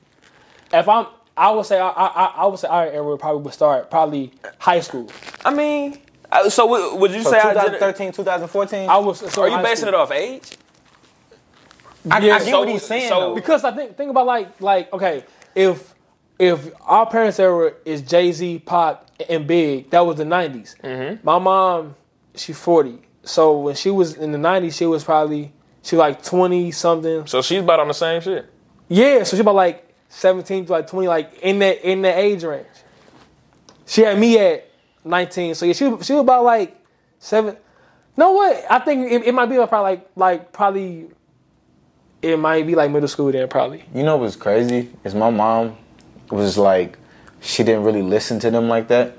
S1: if I'm, I would say, I, I, I- I would say our era would probably would start probably high school.
S2: I mean, I- so would, would you
S5: So
S2: say I gener-
S5: 2013, 2014?
S1: I was. So
S2: Are you basing it off age?
S5: I,
S1: yeah,
S5: I get
S1: so-
S5: what he's saying
S2: so-
S5: though.
S1: Because I think, think about like, like, okay, if if our parents' era is Jay Z, Pop, and Big, that was the '90s.
S2: Mm-hmm.
S1: My mom, she 40, so when she was in the '90s, she was probably she like 20 something,
S2: So she's about on the same shit.
S1: Yeah, so she about like seventeen to like twenty, like in that in that age range. She had me at nineteen, so yeah, she was- she was about like seven. No, what I think it, it might be about probably like like probably it might be like middle school then probably.
S4: You know what's crazy is my mom was like, she didn't really listen to them like that.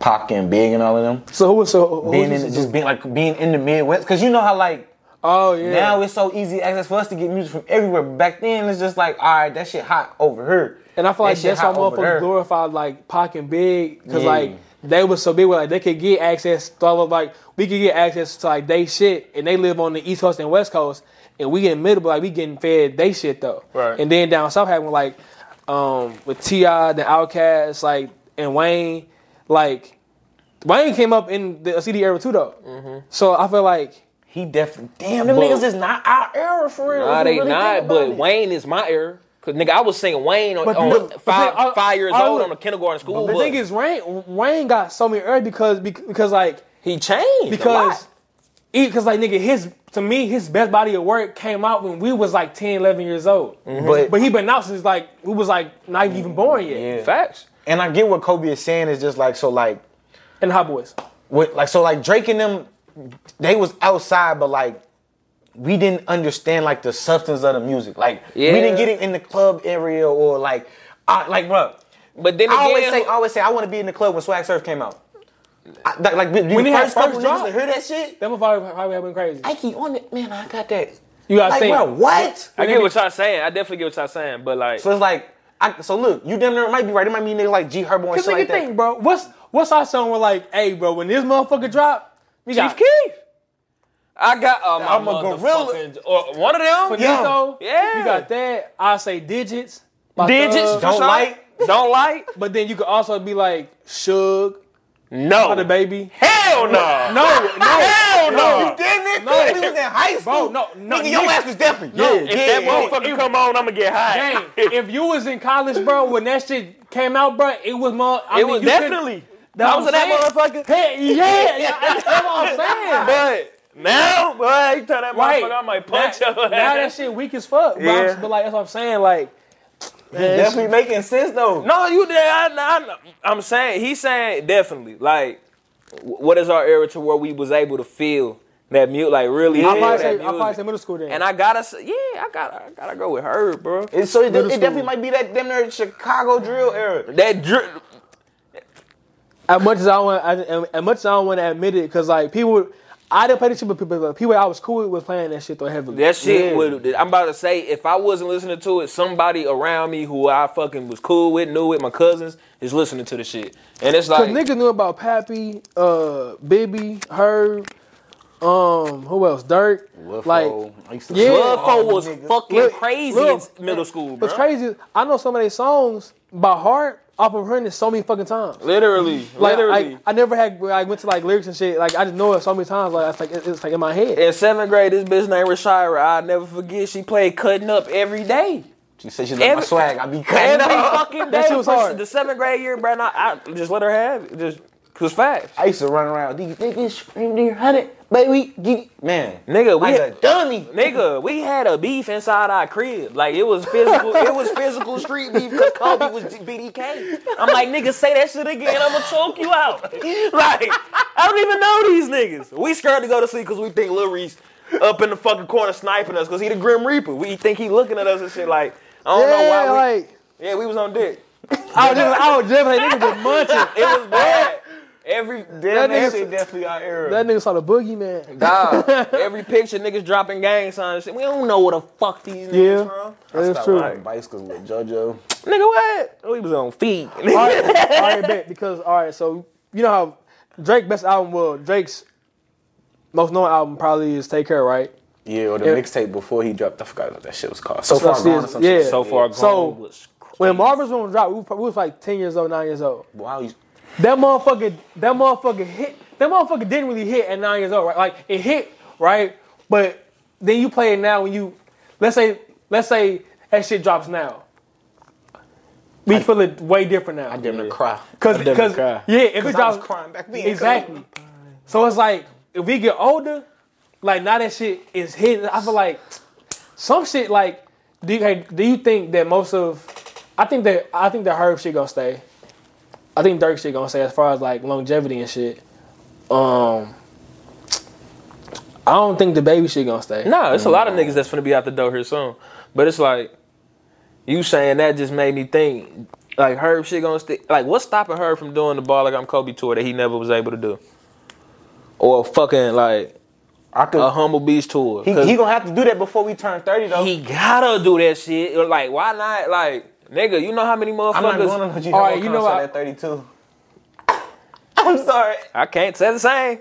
S4: Pac and Big and all of them.
S1: So who was so? Who
S4: Being
S1: was
S4: in the, just being like being in the Midwest, cause you know how like
S1: oh yeah.
S4: now it's so easy access for us to get music from everywhere. But back then it's just like, all right, that shit hot over here.
S1: And I feel like
S4: that shit
S1: that's why
S4: hot over
S1: motherfuckers
S4: there.
S1: glorified like Pac and Big because
S4: Yeah.
S1: like they was so big, where, like they could get access. To all of, like we could get access to like they shit, and they live on the East Coast and West Coast, and we in the middle, but like we getting fed they shit though.
S2: Right.
S1: And then down south having like um with Ti, and Outkast, like and Wayne, like Wayne came up in the CD era too though.
S4: Mm-hmm.
S1: So I feel like
S4: He definitely damn them
S7: But-
S4: niggas is not our era for real.
S7: Nah,
S4: If you
S7: they
S4: really think
S7: not.
S4: about
S7: But
S4: it.
S7: Wayne is my era. Cause nigga, I was singing Wayne on,
S1: But-
S7: on
S1: but- but
S7: five
S1: then, uh,
S7: five years
S1: uh,
S7: old on a kindergarten school
S1: the
S7: bus.
S1: thing is Wayne Wayne got so many early because bec- because like.
S7: he changed
S1: because because like nigga his to me his best body of work came out when we was like 10 11 years old
S4: Mm-hmm. But- Mm-hmm.
S1: but he been out since like we was like not even born yet
S4: Yeah.
S7: facts.
S4: and I get what Kobe is saying is just like so like
S1: and hot boys
S4: what like so like Drake and them they was outside but like we didn't understand like the substance of the music. Like we
S7: Yeah.
S4: didn't get it in the club area or like I like bro.
S7: But then
S4: I
S7: again,
S4: always say I always say I want to be in the club when Swag Surf came out. I, like like when
S1: it
S4: the
S1: had
S4: first couple
S1: first
S4: niggas to
S1: drop.
S4: hear that shit.
S1: that motherfucker probably went crazy
S4: Nike on it, man. I got that.
S1: you gotta
S4: Like
S1: think
S4: bro, what?
S2: I get what y'all saying. I definitely get what y'all saying, but like,
S4: So it's like, I, so look, you damn near might be right. It might be niggas like G Herbo and
S1: Cause
S4: shit
S1: nigga
S4: like that.
S1: think bro what's what's our song we're like hey bro when this motherfucker drop we got
S7: Chief Keef. I got uh, my
S4: I'm a gorilla.
S7: motherfucking- Or one of them.
S1: Finito,
S7: Yeah.
S1: you got that I say digits by
S7: Digits.
S1: Thug.
S7: for
S4: Don't
S7: sure.
S4: like.
S7: Don't like.
S1: but then you could also be like Suge
S2: no,
S1: for the baby
S2: hell
S1: no
S2: no,
S1: no
S2: hell no.
S4: Damn it,
S1: No.
S4: we was in high
S1: Bro,
S4: school.
S1: no, no,
S4: nigga, your
S1: nigga.
S4: ass was definitely.
S1: No,
S4: yeah,
S2: If that motherfucker come on, I'ma get high.
S1: Dang, if you was in college, bro, when that shit came out, bro, it was more. I
S7: It
S1: mean,
S7: was
S1: you couldn't-
S7: definitely.
S1: That's
S7: I
S1: what
S7: was in that
S1: I'm
S7: motherfucker.
S1: saying. Hey, yeah, yeah, that's what I'm saying. bro.
S2: But now, boy, you tell that
S1: Right.
S2: motherfucker I might punch
S1: now,
S2: your
S1: now that
S2: ass.
S1: shit weak as fuck. But, I'm-
S2: Yeah.
S1: but like that's what I'm saying. Like,
S4: definitely making sense though.
S2: No, you did. I, I, I'm saying he's saying definitely. Like, w- what is our era to where we was able to feel that mute? Like, really?
S1: I
S2: feel
S1: probably
S2: that
S1: say, I probably
S2: music.
S1: say middle school then.
S2: And I gotta say, yeah, I gotta, I gotta go with her, bro.
S4: And so it, it
S1: school.
S4: definitely might be that damn near Chicago drill era.
S2: That drip.
S1: as much as I want, I- as much as I don't want to admit it, because like people, I didn't play this shit, but people, but people I was cool with was playing that shit though heavily.
S2: That shit would. I'm about to say, if I wasn't listening to it, somebody around me who I fucking was cool with, knew it, my cousins, is listening to the shit, and it's
S1: Cause
S2: like,
S1: niggas knew about Pappy, uh, Bibby, Herb, um, who else? Dirk. Like, yeah.
S7: Bloodfo was fucking
S1: Look,
S7: crazy
S1: look,
S7: in middle school, bro.
S1: What's crazy is I know some of their songs by heart off of hearing it so many fucking times.
S2: literally,
S1: Like,
S2: literally.
S1: like, I never had I went to like lyrics and shit. Like I just know it so many times. Like it's like it- it's like in my head.
S2: in seventh grade, this bitch named Rashira, I'll never forget. She played cutting up every day.
S4: She said she's like my
S2: Every-
S4: swag. I be cutting
S2: Every
S4: up.
S1: That
S2: fucking day.
S1: shit was
S2: for
S1: hard.
S2: The seventh grade year, bro, and I, I just let her have it. Just, cause facts.
S4: I used to run around. These niggas scream their hundred, baby. Get man,
S2: Nigga, we
S4: like a dummy.
S2: Nigga, we had a beef inside our crib. Like it was physical. it was physical street beef because Kobe was BDK. I'm like, nigga, say that shit again. I'm gonna choke you out. Like I don't even know these niggas. We scared to go to sleep because we think Lil Reese up in the fucking corner sniping us because he the Grim Reaper. We think he looking at us and shit. Like I don't know
S1: Yeah,
S2: why. We,
S1: like
S2: yeah, we was on dick.
S1: I was just I was just like niggas was munching.
S2: It was bad. Every
S1: That nigga-
S4: definitely our era.
S1: That nigga saw the boogeyman. man.
S2: dog, every picture niggas dropping gang signs. and shit. We don't know where the fuck these niggas
S1: Yeah.
S2: from.
S1: That's true. All
S4: bicycles with JoJo.
S2: Nigga, what? Oh, he was on feet.
S1: right, all right, bet because all right. So you know how Drake best album? Well, Drake's most known album probably is Take Care, right?
S4: Yeah, or the
S1: Yeah.
S4: mixtape before he dropped. I forgot what that shit was called. So
S1: So
S4: far gone. Or some
S1: yeah.
S4: shit.
S1: So
S2: far gone
S1: So-
S2: was
S1: When Marvin's Room dropped, we was, we was like ten years old, nine years old.
S4: Wow, you-
S1: That motherfucker, that motherfucker hit. That motherfucker didn't really hit at nine years old, right? Like it hit, right? But then you play it now when you, let's say, let's say that shit drops now. We feel it way different now. I
S4: damn near cry.
S1: Cause,
S4: I damn near
S1: cause,
S4: cry.
S1: yeah, if it
S4: I was
S1: drops,
S4: crying back then.
S1: exactly. So it's like if we get older, like now that shit is hitting. I feel like some shit like do you, like, do you think that most of I think that I think that Herb shit gonna stay. I think Dirk shit gonna stay as far as like longevity and shit. Um, I don't think the baby shit gonna stay.
S2: Nah, it's a lot of niggas that's gonna be out the door here soon. But it's like, you saying that just made me think like Herb shit gonna stick? Like, what's stopping Herb from doing the ball like I'm Kobe tour that he never was able to do? Or fucking like
S5: I could.
S2: a Humble Beach tour?
S5: he,
S2: 'Cause
S5: he gonna have to do that before we turn thirty though.
S2: he gotta do that shit. Or, Like, why not? Like, nigga, you know how many motherfuckers?
S5: I'm not going on no G. All
S1: right,
S5: right,
S1: you
S5: you
S1: know
S5: know
S1: I-
S5: at thirty two. I'm sorry.
S2: I can't say the same.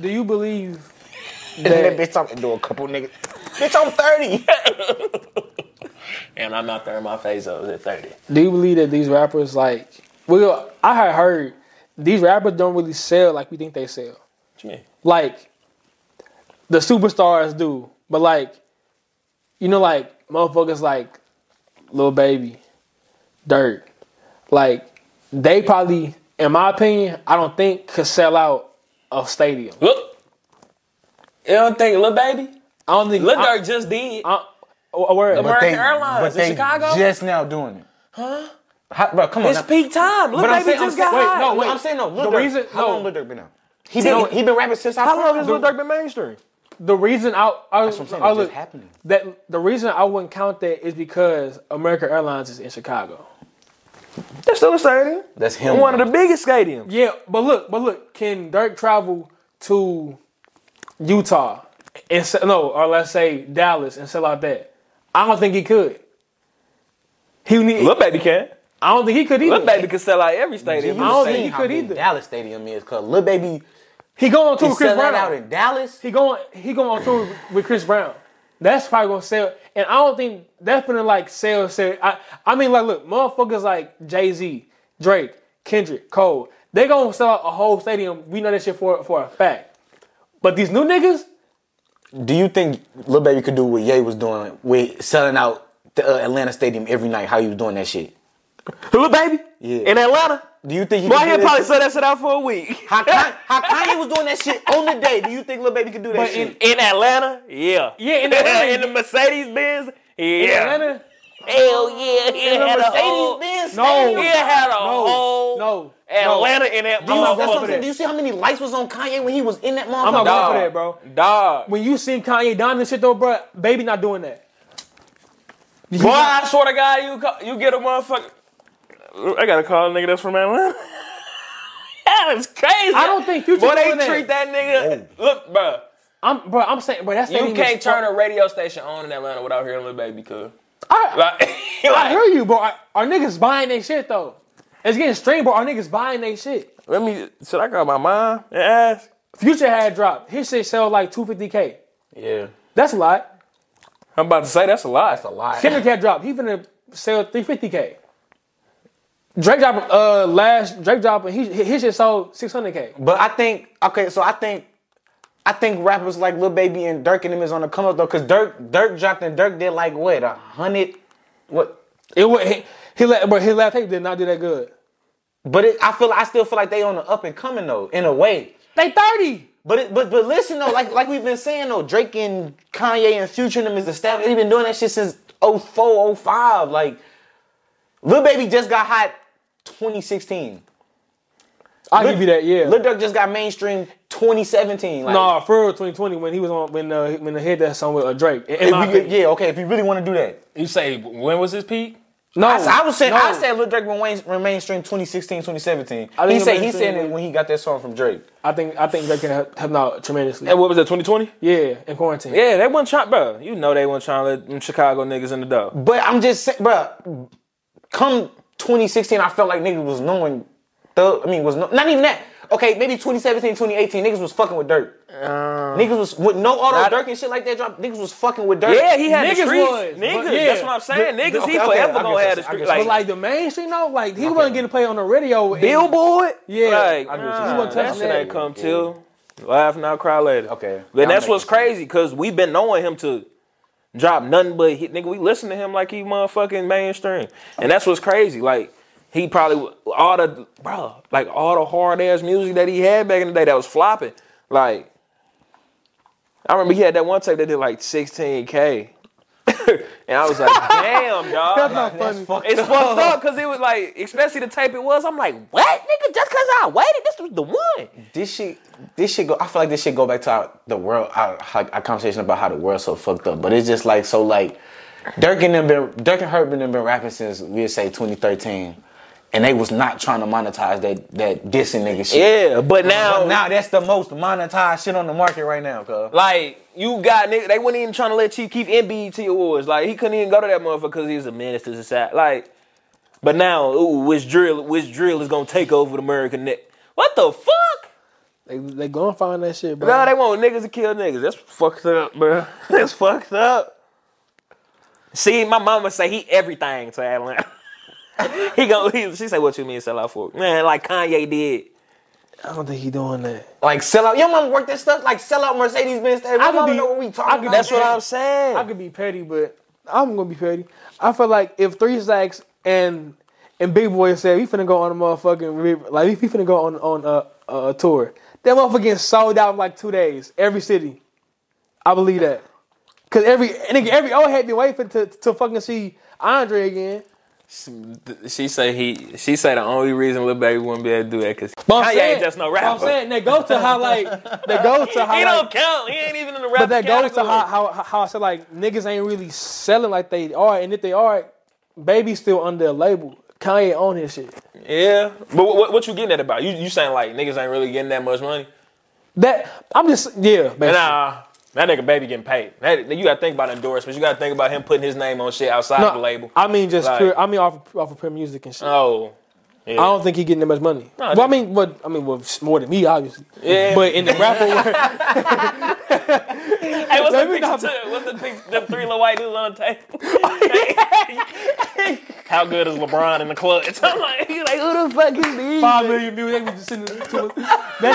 S1: Do you believe
S5: That bitch talking to a couple niggas. bitch, I'm thirty.
S2: And I'm not there in my face. I was at 30.
S1: Do you believe that these rappers like well I had heard these rappers don't really sell like we think they sell.
S2: What you mean?
S1: Like the superstars do. But like you know like motherfuckers like Lil Baby, Dirt, like they probably in my opinion, I don't think could sell out a stadium.
S2: Look, you don't think Lil Baby?
S1: I don't think
S2: Lil
S1: I-
S2: Durk just did.
S1: I- oh, oh, word.
S2: American Airlines in Chicago.
S5: just now doing it. Huh? How, bro, come on.
S2: it's
S5: now.
S2: peak time. Lil
S5: But I'm
S2: Baby
S5: saying- I'm
S2: just
S5: saying-
S2: got
S1: wait,
S2: high.
S1: no,
S5: No,
S1: wait.
S5: I'm saying no. Lil
S1: The
S5: Durk,
S1: reason-
S5: how
S1: no.
S5: long Lil Durk been out? He been he been rapping since I
S2: How long has Lil
S5: Durk?
S2: Durk been mainstream?
S1: the reason I I,
S5: That's what I'm saying.
S1: I
S5: It's
S1: Oh, look-
S5: just happening.
S1: that the reason I wouldn't count that is because American Airlines is in Chicago.
S2: That's still a stadium.
S5: That's him.
S2: One of the biggest stadiums.
S1: Yeah, but look, but look, can Dirk travel to Utah and se- no, or let's say Dallas and sell out that? I don't think he could. He would need.
S2: Lil Baby can.
S1: I don't think he could either.
S2: Lil Baby can sell out every stadium.
S1: I don't
S5: Saying
S1: think he
S5: how
S1: could
S5: big
S1: either.
S5: Dallas Stadium is because Lil Baby
S1: He going on tour
S5: he
S1: with Chris
S5: selling
S1: Brown.
S5: out in Dallas.
S1: He going. He going on tour with Chris Brown. That's probably gonna sell. And I don't think that's gonna like sell. Sell. I. I mean, like, look, motherfuckers like Jay Z, Drake, Kendrick, Cole. They gonna sell out a whole stadium. We know that shit for for a fact. But these new niggas,
S5: Do you think Lil Baby could do what Ye was doing with selling out the uh, Atlanta Stadium every night? How you was doing that shit?
S2: Lil Baby?
S5: Yeah.
S2: In Atlanta?
S5: Do you think he
S2: Boy,
S5: could do
S2: he'll
S5: that
S2: probably
S5: shit?
S2: sell that shit out for a week.
S5: how, Kanye, how Kanye was doing that shit on the day? Do you think Lil Baby could do that
S1: But
S5: shit?
S1: in-
S2: In Atlanta? Yeah.
S1: Yeah, in Atlanta.
S2: in the Mercedes Benz? Yeah.
S1: Atlanta,
S2: Hell yeah. He had a whole,
S5: Mercedes-Benz
S1: no,
S2: he had a whole
S1: no,
S2: Atlanta in that
S1: I'm not going
S5: That's what
S1: for
S5: I'm
S1: that.
S5: saying. Do you see how many lights was on Kanye when he was in that motherfucker?
S1: I'm not
S2: Dog.
S1: going for that, bro.
S2: Dog.
S1: When you seen Kanye Don and shit though, bro, baby not doing that.
S2: Boy, I swear to God, you call, you get a motherfucker. I gotta call a nigga that's from Atlanta. that is crazy.
S1: I don't think Future
S2: Boy, they
S1: doing that.
S2: treat that nigga. Look, bro,
S1: I'm, bro. I'm saying, bro, that's
S2: you can't turn a radio station on in Atlanta without hearing Lil Baby, cuz.
S1: I,
S2: Like,
S1: I hear you, bro. Our, our niggas buying they shit though. It's getting streamed, bro. Our niggas buying they shit.
S2: let me. Should I call my mom and ask?
S1: Future had dropped. His shit sold like 250k.
S2: Yeah.
S1: That's a lot.
S2: I'm about to say that's a lot. That's a lot.
S1: Kendrick had dropped. He finna sell 350k. Drake dropped uh last Drake dropped and he his shit sold 600k.
S5: But I think okay, so I think I think rappers like Lil Baby and Dirk and them is on the come up though, cause Dirk Dirk dropped and Dirk did like what a hundred, what?
S1: It was he, he let bro his last tape did not do that good.
S5: But it, I feel I still feel like they on the up and coming though, in a way.
S1: They 30.
S5: But it, but but listen though, like like we've been saying though, Drake and Kanye and Future and them is established. They've been doing that shit since 04, 05. Like Lil Baby just got hot 2016.
S1: I'll give you that, yeah.
S5: Lil Durk just got mainstream 2017. Like,
S1: Nah, for real, 2020 when he was on when uh, when they hit that song with uh, Drake. In- in my
S5: if we,
S1: opinion.
S5: yeah, okay. If you really want to do that,
S2: You say when was his peak?
S1: No,
S5: I, I was saying
S1: no.
S5: I said Lil Durk remains remained stream 2016, 2017.
S1: I
S5: He
S1: think
S5: said he
S1: mainstream
S5: said
S1: was-
S5: it when he got that song from Drake.
S1: I think I think Drake can help him out tremendously.
S2: And what was that? 2020?
S1: Yeah, in quarantine.
S2: Yeah, they weren't trying, bro. You know they weren't trying to let them Chicago niggas in the door.
S5: But I'm just saying, bruh, come 2016, I felt like niggas was knowing Thug. I mean, was no, not even that. Okay, maybe 2017, 2018, niggas was fucking with Dirt. niggas was with no auto
S2: Not-
S5: Dirk and shit like that. Drop niggas was fucking with Dirt.
S2: Yeah, he had
S1: Niggas
S2: the streets.
S1: was, but
S2: niggas,
S1: yeah.
S2: that's what I'm saying. Niggas,
S5: okay,
S2: he
S5: okay,
S2: forever
S5: I
S2: gonna
S5: guess
S2: have
S5: I-
S2: the
S5: I
S2: streets.
S5: guess
S1: But
S2: Like,
S1: like the mainstream though, like he wasn't getting played on the radio. and-
S2: Billboard?
S1: Yeah,
S2: Like,
S1: I agree with you. He
S2: nah,
S1: wasn't
S2: that
S1: touching
S2: shit
S1: that.
S2: ain't come till. Laugh now, cry later.
S5: Okay.
S2: Then
S5: Now
S2: that's
S5: I'm
S2: what's
S5: making
S2: crazy, cause we've been knowing him to drop nothing but hit. Nigga, we listen to him like he motherfucking mainstream, and that's what's crazy. Like he probably all the bro, like all the hard ass music that he had back in the day that was flopping. Like I remember he had that one tape that did like 16k, and I was like, damn, dog.
S1: That's not funny.
S2: It's fucked up because it was like, especially the tape it was. I'm like, what, nigga? Just because I waited, this was the one.
S5: This shit, this shit go. I feel like this shit go back to our, the world. Our, our, our conversation about how the world's so fucked up. But it's just like so like. Dirk and them been Dirk and Herb and them been rapping since we'd say 2013. And they was not trying to monetize that that dissing nigga shit.
S2: Yeah, but now,
S5: But now that's the most monetized shit on the market right now, cuz.
S2: like you got nigga, they weren't even trying E to let Chief Keef in BET Awards. Like he couldn't even go to that motherfucker because he was a menace to society. Like, but now, ooh, which drill, which drill is gonna take over the American neck? What the fuck?
S1: They, they gonna find that shit, bro.
S2: No, they want niggas to kill niggas. That's fucked up, bro. That's fucked up. See, my mama say he everything to Atlanta. he go. He, she say, "What you mean sell out for?" Man, like Kanye did.
S1: I don't think he doing that.
S5: Like sell out. Your mom work that stuff like sell out Mercedes Benz. I
S1: could
S5: don't
S1: be-
S5: know what we
S1: I
S5: talking
S1: could-
S5: about.
S2: That's what I'm saying.
S1: I could be petty, but I'm gonna be petty. I feel like if Three Sacks and and Big Boy said we finna go on a motherfucking re- like we finna go on on a, a, a tour, that motherfucker getting sold out in like two days, every city. I believe that, cause every nigga every old head been waiting for, to to fucking see Andre again.
S2: She say he. She say the only reason Lil Baby wouldn't be able to do that because
S1: But I'm
S2: Kanye
S1: saying-
S2: ain't just no
S1: but I'm
S2: rapper.
S1: saying they go to how like they go to how
S2: he
S1: like,
S2: don't count. He ain't even in the rap.
S1: But that goes to how, how how I said like niggas ain't really selling like they are, and if they are, baby's still under a label. Kanye own his shit.
S2: Yeah, but what, what you getting that about? You you saying like niggas ain't really getting that much money?
S1: That I'm just yeah, basically.
S2: Nah, that nigga baby getting paid. That, you gotta think about endorsements. You gotta think about him putting his name on shit outside
S1: No,
S2: the label.
S1: I mean just
S2: Like-
S1: pure. I mean off of, off of pure music and shit.
S2: oh,
S1: I don't think he getting that much money.
S2: I
S1: well, I mean, but I mean, well, it's more than me, obviously.
S2: Yeah.
S1: But in the rapper world,
S2: hey, what's
S1: Let
S2: the
S1: me
S2: picture?
S1: not-
S2: Too? What's the picture? The three little white dudes on the table. how good is LeBron in the clutch? I'm like, you like who the fuck is these?
S1: five million views, they be just sitting to That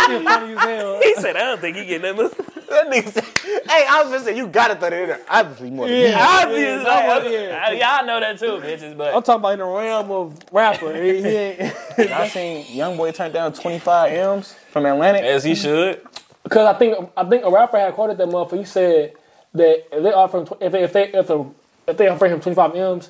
S1: shit funny as hell.
S2: He said, I don't think he getting that much.
S5: That nigga said, hey, I was gonna say you gotta throw that in there. Obviously more than
S1: Yeah.
S2: Obvious.
S1: Yeah,
S2: like,
S1: yeah.
S2: I- y'all know that too, bitches.
S1: I'm
S2: But
S1: talking about in the realm of rapper. He- he ain't-
S4: I seen Young Boy turned down 25 M's from Atlantic.
S2: as he should.
S8: Because I think I think a rapper had quoted that motherfucker. He said that if they offer him tw- if they if they if, the, if they offer him twenty five m's,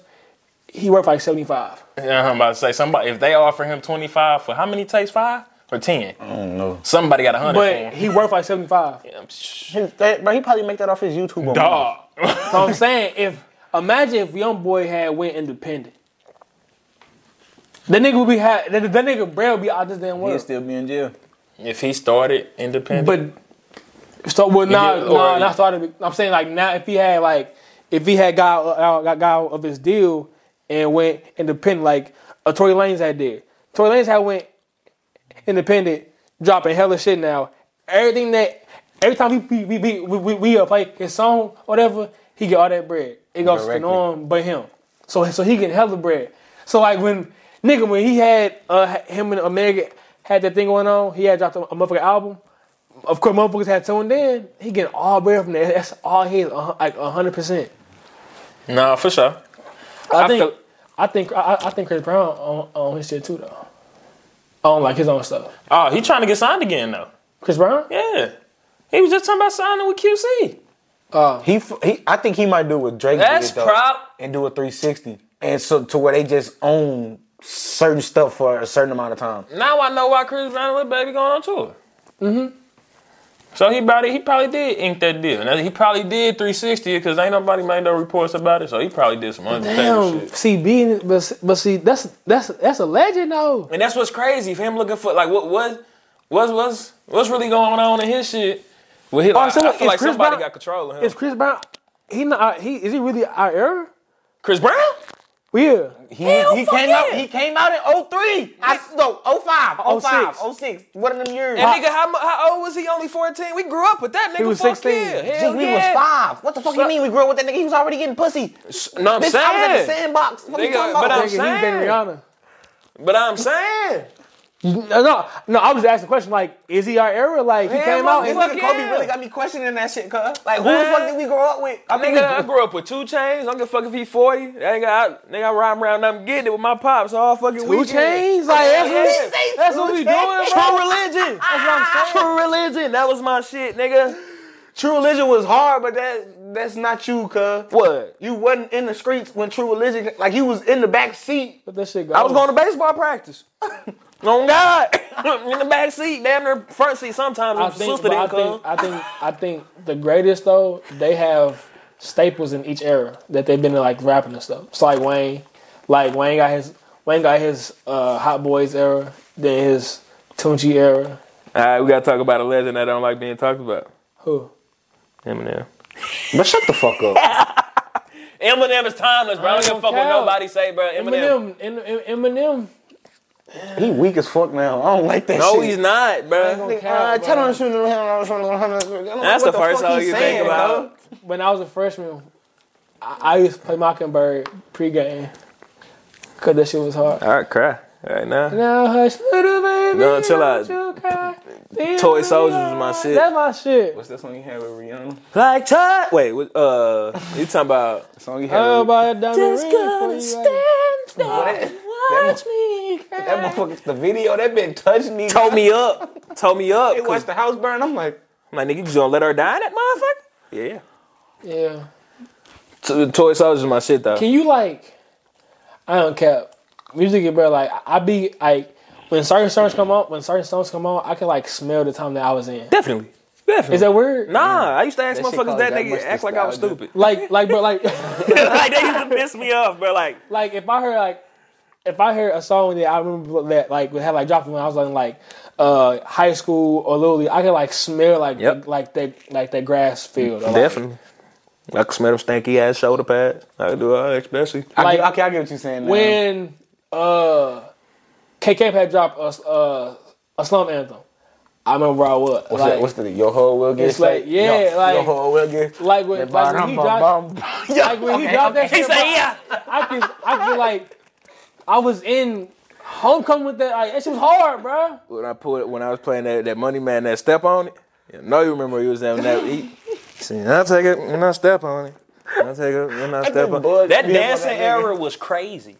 S8: he worth like seventy five.
S2: Yeah, I'm about to say somebody. If they offer him 25 for how many takes? Five or 10? I don't
S4: know.
S2: Somebody got a hundred.
S1: but he worth like seventy five.
S2: for him. Shh,
S4: His, that, bro, he probably make that off his YouTube. alone.
S2: Dog. Oh.
S1: So I'm saying if imagine if Young Boy had went independent. That nigga would be ha- that, that nigga Brad would be out this damn
S4: He'd
S1: world.
S4: still be in jail.
S2: If he started independent,
S1: But so well now
S2: Yeah,
S1: nah, nah,
S2: or-
S1: not started. I'm saying like now if he had like if he had got out, got, got out of his deal and went independent like a Tory Lanez had did. Tory Lanez had went independent, dropping hella shit now. Everything that every time we we we we, we, we uh, play his song whatever, he get all that bread. It goes to
S4: Directly.
S1: no one but him. So so he getting hella bread. So like when nigga when he had uh him and Omega had that thing going on, he had dropped a, a motherfucking album. Of course, motherfuckers had tuned in. He getting all bread from that. That's all his, a hun- like hundred percent.
S2: nah, for sure.
S1: I, think,
S2: feel-
S1: I think, I, I think Chris Brown on, on his shit too though. On like his own stuff.
S2: Oh, he trying to get signed again though.
S1: Chris Brown?
S2: Yeah, he was just talking about signing with QC.
S1: Uh,
S5: He, f- he, I think he might do what Drake
S2: That's
S5: did though,
S2: prop.
S5: and do a 360, and so to where they just own certain stuff for a certain amount of time.
S2: Now I know why Chris Brown and Lil Baby going on tour. Mm-hmm. So he probably he probably did ink that deal. Now he probably did 360 because ain't nobody made no reports about it. So he probably did some
S1: Damn,
S2: undertaker shit.
S1: CB, but but see, that's that's that's a legend though.
S2: And that's what's crazy for him looking for like what what what's what's what's really going on in his shit. Well, he, I,
S1: Oh, so
S2: I
S1: is
S2: feel like
S1: Chris
S2: somebody
S1: Brown-
S2: got control of him.
S1: Is Chris Brown? He not uh, he is he really our era?
S2: Chris Brown?
S1: Yeah,
S5: He, he came out. He came out in 03. I no 05, 05, 06. What in them years?
S2: And nigga, how, mu- how old was he? Only 14? We grew up with that nigga.
S1: was
S2: Fuck
S1: 16.
S2: Yeah.
S1: Gee,
S2: Hell
S5: we
S2: yeah.
S5: was five. What the fuck you mean we grew up with that nigga? He was already getting pussy.
S2: No, I'm
S5: Bitch,
S2: saying.
S5: I was in the sandbox. What
S2: Nigga,
S5: you talking about?
S2: but I'm
S1: nigga, he been
S2: saying.
S1: Rihanna.
S2: But I'm saying.
S1: No, no, no, I was asking a question like, is he our era? Like he came out
S5: This
S1: and
S2: motherfucker. fuck
S5: nigga Kobe
S2: yeah.
S5: really got me questioning that shit, cuz. Like, who
S2: Man.
S5: the fuck did we grow up with? I mean,
S2: Nigga, I grew up with two chains. I don't give a fuck if he 40. That nigga, I, nigga, I ride around and I'm getting it with my pops all fucking
S1: Two
S2: weekend.
S1: chains, like that's what,
S5: Say
S1: that's what we doing, bro.
S2: True religion. That's what I'm saying. True religion. That was my shit, nigga.
S5: True Religion was hard, but that that's not you, cuz.
S2: What?
S5: You wasn't in the streets when True Religion, like you was in the back seat.
S1: Let that shit go.
S2: I was going to baseball practice. On God. In the back seat, damn near front seat sometimes.
S8: I
S2: My
S8: think,
S2: sister
S8: but I
S2: didn't come.
S8: think I think I think the greatest though they have
S1: staples in each era that they've been like rapping and stuff. It's like Wayne, like Wayne got his Wayne got his uh, Hot Boys era, then his Tunchi era.
S2: All right, we gotta talk about a legend that don't like being talked about.
S1: Who?
S2: Eminem.
S4: But shut the fuck up.
S2: Eminem is timeless, bro. I don't give a
S1: don't
S2: fuck what
S1: care.
S2: nobody say, bro.
S1: Eminem,
S2: Eminem.
S1: Em- Em- Eminem.
S4: he weak as fuck now. I don't like that
S2: No,
S4: shit.
S2: he's not, bro.
S1: Don't
S4: Uh,
S1: count, bro.
S4: tell him to shoot him.
S2: That's
S4: That's
S2: the first song you think about.
S1: when I was a freshman, I, I used to play Mockingbird pregame because that shit was hard.
S2: All right, cry right now.
S1: Now hush, little baby.
S2: No, chill out.
S1: don't you cry. Feel
S2: Toy
S1: the
S2: Soldiers was my
S1: love.
S2: shit.
S1: That's my shit.
S5: What's that song you had with Rihanna?
S2: Like, Todd- wait, what- uh, you talking about?
S5: The song you had
S1: Oh,
S5: with
S1: by a diamond ring for you. right?
S4: Watch me. That motherfucker, the video, that been touching me.
S2: Told me up. Told me up.
S4: They watched the house burn. I'm like,
S2: I'm like, nigga, you just gonna let her die in that motherfucker? Yeah.
S1: Yeah.
S2: T- Toy Soldiers is my shit, though.
S1: Can you like? I don't care. Music, is, bro. Like I be like when certain songs come on, when certain songs come on, I can like smell the time that I was in.
S2: Definitely. Definitely.
S1: Is that weird?
S2: Nah, I used to ask
S4: That shit
S2: motherfuckers
S4: caused
S2: that,
S4: that
S2: nigga
S4: much
S2: act like I was
S4: nostalgia.
S2: stupid.
S1: Like, like, bro, like.
S2: like, they used to piss me off, bro. Like,
S1: like if I heard like if I heard a song that I remember that like had like dropped when I was in like uh high school or little league, I could like smell like
S2: Yep.
S1: the, like that like that grass field. Or, like,
S2: definitely. I could smell them stanky ass shoulder pads. I could do all that, especially.
S5: I
S1: like-
S5: get, okay, I get what you're saying. Now.
S1: when uh KK had dropped a uh, a slum anthem, I remember where I was.
S5: what's,
S1: like,
S5: that, what's the your whole will get
S1: It's like,
S5: shaped?
S1: yeah,
S5: Your-
S1: like-
S5: your whole will get.
S1: like when like when he dropped like when he dropped that shit, bro,
S2: yeah.
S1: I can I feel like I was in homecoming with that. Like, that shit was hard, bro.
S2: When I pulled, when I was playing that, that money man, that step on it. Yeah, no, you remember you was that. that he, he said, I take it when I step on it. I take it when I step on it. That dancing era was crazy.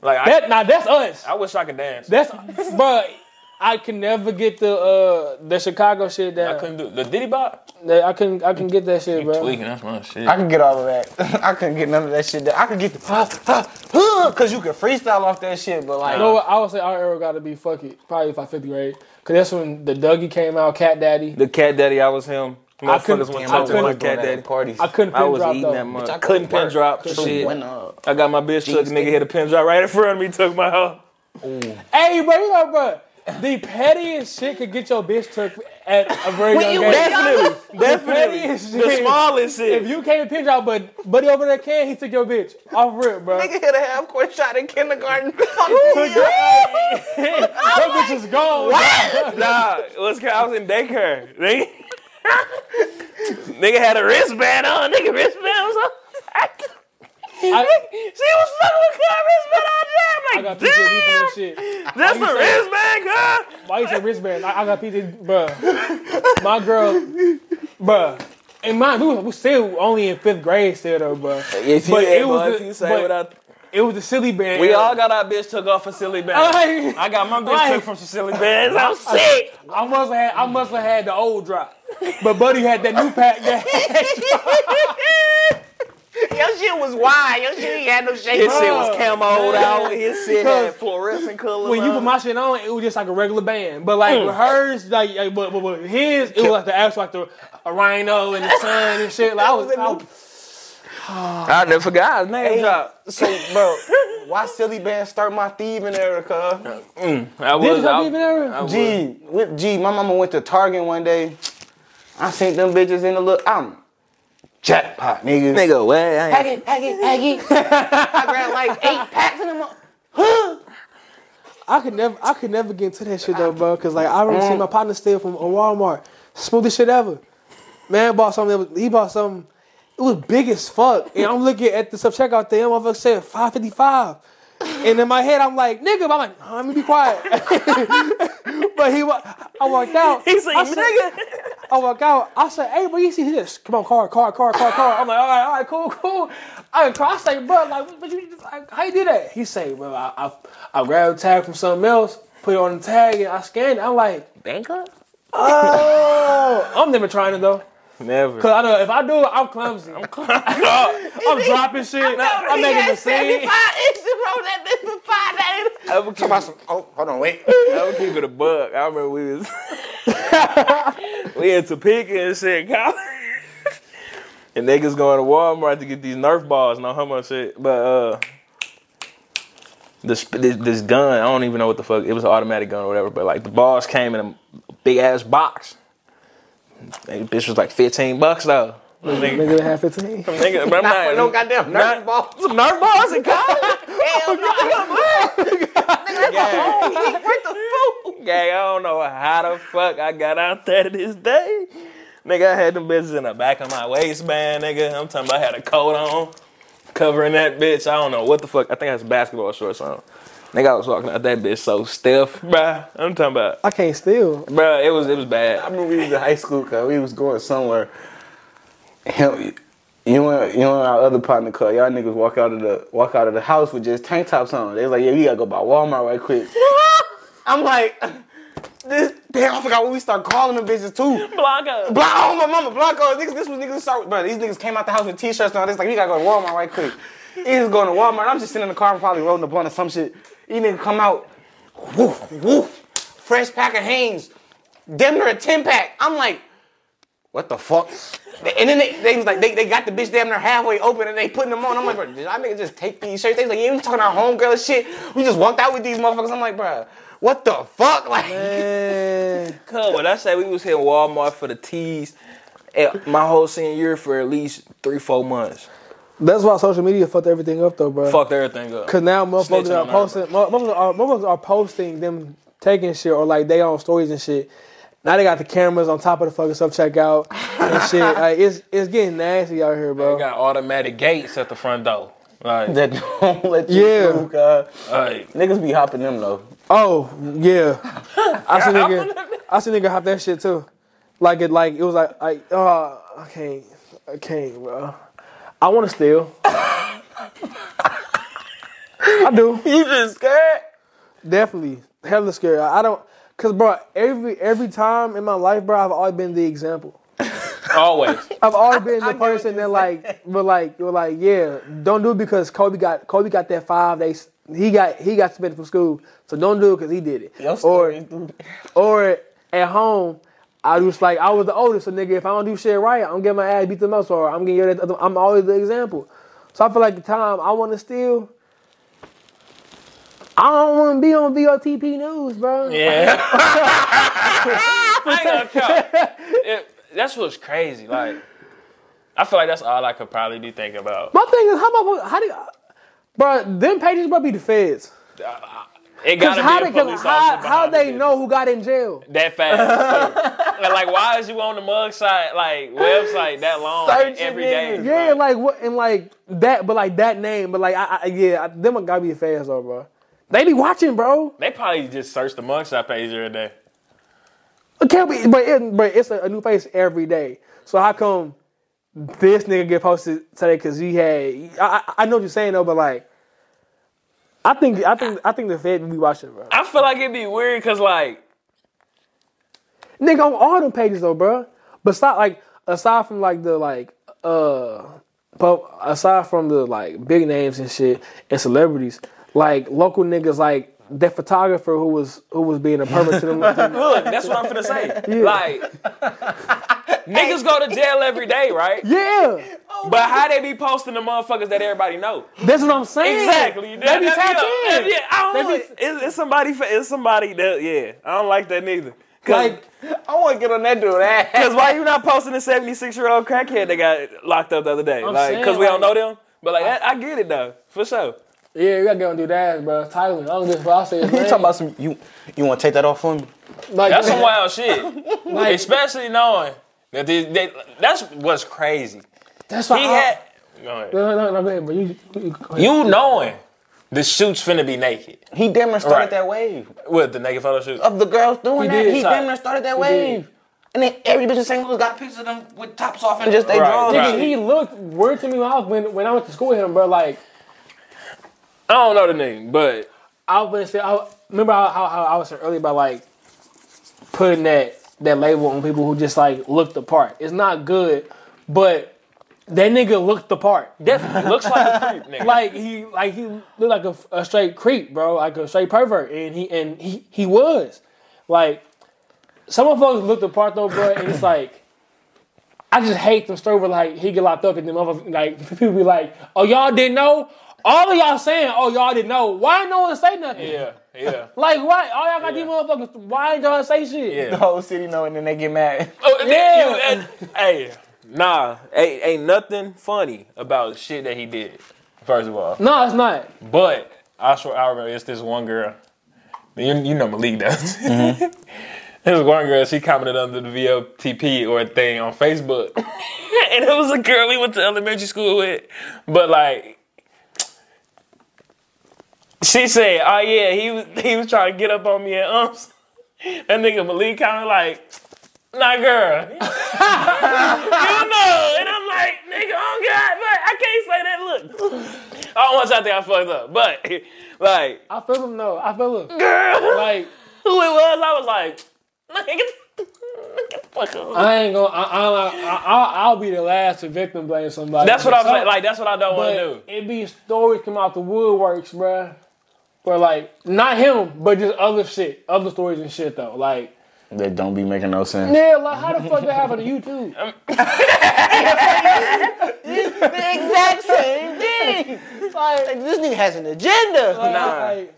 S2: Like, I,
S1: That now that's us.
S2: I wish I could dance.
S1: That's but I can never get the uh the Chicago shit
S2: I
S1: down.
S2: couldn't do the Diddy Bop.
S1: That- I couldn't I can get that shit, bro.
S2: Tweaking, that's my shit.
S5: I could get all of that. I couldn't get none of that shit. Down. I could get the because you could freestyle off that shit, but like
S1: You know what? I would say our era got to be fuck it. Probably if I fifth grade, cause that's when the Dougie came out, Cat Daddy.
S2: The Cat Daddy, I was him.
S1: I couldn't-
S2: Motherfuckers went
S1: I
S2: to
S1: couldn't-
S2: my Cat
S5: that
S2: Daddy.
S5: parties.
S1: I couldn't pin
S2: I was
S1: drop
S2: eating
S1: though.
S2: that much. I couldn't pin drop shit.
S5: Went up.
S2: I got my bitch took. Nigga hit a pin drop right in front of me. Took my hoe.
S1: Hey, bro, you know, bro, the pettiest shit could get your bitch took at a very young age.
S2: Definitely, definitely.
S1: pettiest
S2: The
S1: shit.
S2: smallest shit.
S1: If you can't pin drop, but buddy over there can, he took your bitch off rip, bro.
S4: hit a half court shot in kindergarten.
S1: Took your, your bitch is gone.
S2: Nah, it was, I was in daycare. Nigga, nigga had a wristband on. Nigga, wristband was on.
S1: I,
S2: she was
S1: I
S2: fucking with her wristband
S1: got
S2: on. Damn,
S1: PTSD
S2: like,
S1: from
S2: damn.
S1: that shit.
S2: That's the wristband, girl.
S1: Why you say wristband? I, I got PTSD, bruh. My girl, bruh. And mind, we was we still only in fifth grade still though, bruh.
S2: If
S1: But it was the- but-
S2: without,
S1: It was the silly band.
S2: we all got our bitch took off for silly bands.
S1: Like,
S2: I got my bitch
S1: Like-
S2: took from Cecily Benz. I'm sick.
S1: I must have had I must have had the old drop, but Buddy had that new pack. That
S4: Your shit was wide. Your shit ain't had no shape.
S2: His shit was camoed out. His shit had
S1: Because
S2: fluorescent color.
S1: when you
S2: on
S1: put my shit on, it was just like a regular band. But like with hers, like, like but, but, but his, it was like the actual like the a rhino and the sun and shit. Like I was, I was
S2: it. I never forgot his name drop.
S4: So, bro, why silly band start my thieving era, cuz?
S2: I
S1: did
S2: was.
S1: you
S2: I,
S1: even ever?
S2: I was-
S4: Gee, with G, my mama went to Target one day. I seen them bitches in the look. I'm jackpot, nigga.
S2: Nigga, where? I ain't-
S4: Aggie, Aggie, Aggie. I grabbed like eight packs in them. mo-
S1: I could never, I could never get into that shit though, bro. Cause like I remember seeing my partner steal from a Walmart, smoothest shit ever. Man bought something. That was, he bought something. It was big as fuck. And I'm looking at the self checkout thing. Motherfucker said 555. And in my head, I'm like, nigga. But I'm like, nah, let me be quiet. but he, wa- I walked out. He's like, nigga. I walk out. I said, hey, bro, you see this? Come on, car, car, car, car, car. I'm like, all right, all right, cool, cool. I didn't cry. I say, bro, like, but you, like, how you do that? He say, bro, I, I, I grabbed a tag from something else, put it on the tag, and I scanned it. I'm like,
S9: Bankrupt?
S1: oh, I'm never trying it though.
S2: Never.
S1: Cause I know if I do it, I'm clumsy. I'm, dropping shit. I'm making the scene.
S2: I would keep,
S4: Oh, hold on, wait.
S2: I would keep it a buck. I remember we was we in Topeka and shit. Kyle- and niggas going to Walmart to get these Nerf balls. No homo shit, but uh, this this, this gun. I don't even know what the fuck. It was an automatic gun or whatever. But like the balls came in a big ass box. And the bitch was like fifteen bucks though. Nigga,
S1: Nigga, they had 15.
S2: nigga, but I'm not,
S4: no goddamn
S2: Not-
S4: nerf ball.
S2: some Nerf balls in college.
S4: Hell no.
S2: Gang. Gang, I don't know how the fuck I got out there to this day. Nigga, I had them bitches in the back of my waistband, nigga. I'm talking about I had a coat on, covering that bitch. I don't know what the fuck. I think I had some basketball shorts on. Nigga, I was walking out that bitch so stiff, bruh. I'm talking about,
S1: I can't steal.
S2: bruh, it was it was bad.
S10: remember we was in high school cause we was going somewhere. Him, you and you and our other partner car, y'all niggas walk out of the walk out of the house with just tank tops on. They was like, yeah, we gotta go by Walmart right quick.
S4: I'm like, this, damn, I forgot what we start calling them bitches too.
S2: Blanca.
S4: Blanco, oh my mama, Blanco. Niggas, this was niggas start, bro. These niggas came out the house with t-shirts and all this. Like, we gotta go to Walmart right quick. Niggas going to Walmart. I'm just sitting in the car and probably rolling the blunt or some shit. These niggas come out, woof, woof, fresh pack of Hanes, damn near a ten pack. I'm like, what the fuck? And then they, they was like, they, they got the bitch damn near halfway open and they putting them on. I'm like, bro, did y'all niggas just take these shirts? They was like, yeah, we talking our homegirl and shit. We just walked out with these motherfuckers. I'm like, bro, what the fuck? Like,
S2: When I say we was hitting Walmart for the tees, eh, my whole senior year for at least three, four months.
S1: That's why social media fucked everything up, though, bro.
S2: Fucked everything up.
S1: Cause now
S2: Snitching
S1: motherfuckers
S2: on
S1: are
S2: her.
S1: posting, mo- motherfuckers are, motherfuckers are posting them taking shit or like they on stories and shit. Now they got the cameras on top of the fucking self checkout and shit. Like it's it's getting nasty out here,
S2: They
S1: bro.
S2: got automatic gates at the front door. Like,
S10: That don't let you
S1: Yeah.
S10: through, cuz.
S2: like
S10: Niggas be hopping them though.
S1: Oh yeah, I see nigga, I see nigga hop that shit too. Like it, like it was like, like oh, I can't, I can't, bro. I want to steal. I do.
S2: you just scared.
S1: Definitely, hella scary. I I don't, cause bro, every every time in my life, bro, I've always been the example.
S2: Always.
S1: I've always been the person that like, but like, you're like, yeah, don't do it because Kobe got Kobe got that five. They s- he got he got suspended from school, so don't do it because he did it. Or or at home, I was like, I was the oldest, so nigga, if I don't do shit right, I'm getting my ass beat the most, or I'm getting yelled at. the- I'm always the example. So I feel like the time I want to steal. I don't want to be on VOTP news, bro.
S2: Yeah. I ain't gonna count. It, that's what's crazy. Like, I feel like that's all I could probably be thinking about.
S1: My thing is, how about how do, you- bro? Them pages, bro, be the feds.
S2: It
S1: Cause
S2: gotta
S1: how
S2: be
S1: they
S2: a
S1: cause
S2: police
S1: how,
S2: officer
S1: how
S2: behind
S1: they
S2: it.
S1: know who got in jail?
S2: that fast. too. like, why is you on the mug side like website that long like, every day?
S1: Yeah, like what and like that, but like that name, but like I, I yeah, I, them gotta be fast though, bro. They be watching, bro.
S2: they probably just search the mug side page every day.
S1: It can't be, but it, but it's a, a new face every day. So how come this nigga get posted today? Cause he had I, I, I know what you're saying though, but like I think I think I think the Fed be watching, bro.
S2: I feel like it'd be weird because like
S1: Nigga on all them pages though, bro. But stop like aside from like the like uh but aside from the like big names and shit and celebrities, like local niggas like that photographer who was who was being a pervert to them.
S2: Look, that's what I'm finna say. Like, niggas go to jail every day, right?
S1: yeah.
S2: But how they be posting the motherfuckers that everybody know?
S1: That's what I'm saying.
S2: Exactly.
S1: They be tapped in.
S2: Yeah, I don't.
S1: They be-
S2: like- it's, it's somebody. fa- It's somebody that. Yeah, I don't like that neither. Cause,
S1: Like
S4: I want to get on that dude. ass.
S2: cause why you not posting the 76 year old crackhead that got locked up the other day? like,
S1: saying,
S2: cause we don't know
S1: like-
S2: them. But like, I, I get it though, for sure.
S1: yeah, you gotta go and do that, bro. Tyler, I don't give a fuck. You
S4: You talking about some you you want to take that off for me?
S1: like
S2: That's some wild shit.
S1: like,
S2: Especially knowing that they, they, that's what's crazy.
S1: that's why
S2: He
S1: I,
S2: had. Go ahead.
S1: no, no, no, go ahead, bro. You, you, go ahead.
S2: You knowing the shoot's finna be naked.
S4: He damn near started
S2: Right.
S4: that wave
S2: With the naked photo shoot.
S4: of the girls doing that.
S1: did.
S4: he damn near started that wave, and then every bitch in St. Louis got pictures of them with tops off and just they
S2: Right,
S4: drawers.
S2: right.
S1: Nigga, he looked weird to me when I was when, when I went to school with him, bro. Like
S2: I don't know the name, but
S1: I would say, I remember how, how, how I was saying earlier about like putting that that label on people who just like look the part. It's not good, but that nigga looked the part.
S2: definitely looks like a creep nigga.
S1: Like he like he looked like a, a straight creep, bro, like a straight pervert, and he and he he was like some of us looked the part though, bro, and it's like. I just hate them stories where like he get locked up and them other like people be like, oh y'all didn't know. All of y'all saying, oh y'all didn't know. Why no one say nothing?
S2: Yeah, yeah.
S1: Like why? All y'all got these motherfuckers. Why don't y'all say shit?
S2: Yeah.
S4: The whole city know, and then they get mad.
S2: Oh, and then you-
S1: Yeah.
S2: and- hey, nah, ain't, ain't nothing funny about shit that he did. First of all,
S1: No, it's not.
S2: but I swear I remember it's this one girl. You, you know Malik does. There was one girl. She commented under the VLTP or thing on Facebook, and it was a girl we went to elementary school with. But like, she said, "Oh yeah, he was he was trying to get up on me at umps." That nigga Malik kind of like, "Nah, girl, you know." And I'm like, "Nigga, oh god, but I can't say that." Look, almost I think I fucked up, but like,
S1: I feel them. No, I feel them.
S2: girl,
S1: Like
S2: who it was, I was like, "Nigga, get the fuck up."
S1: I ain't gonna. I, I, I, I, I'll be the last to victim blame somebody.
S2: That's what I'm saying.
S1: So-
S2: Like that's what I don't want to do.
S1: But it be stories come out the woodworks, bruh. But like, not him, but just other shit, other stories and shit though. Like,
S4: That don't be making no sense.
S1: yeah, like how the fuck that happened to you too?
S11: exact same thing. It's Like, like, this nigga has an agenda.
S1: Like, like-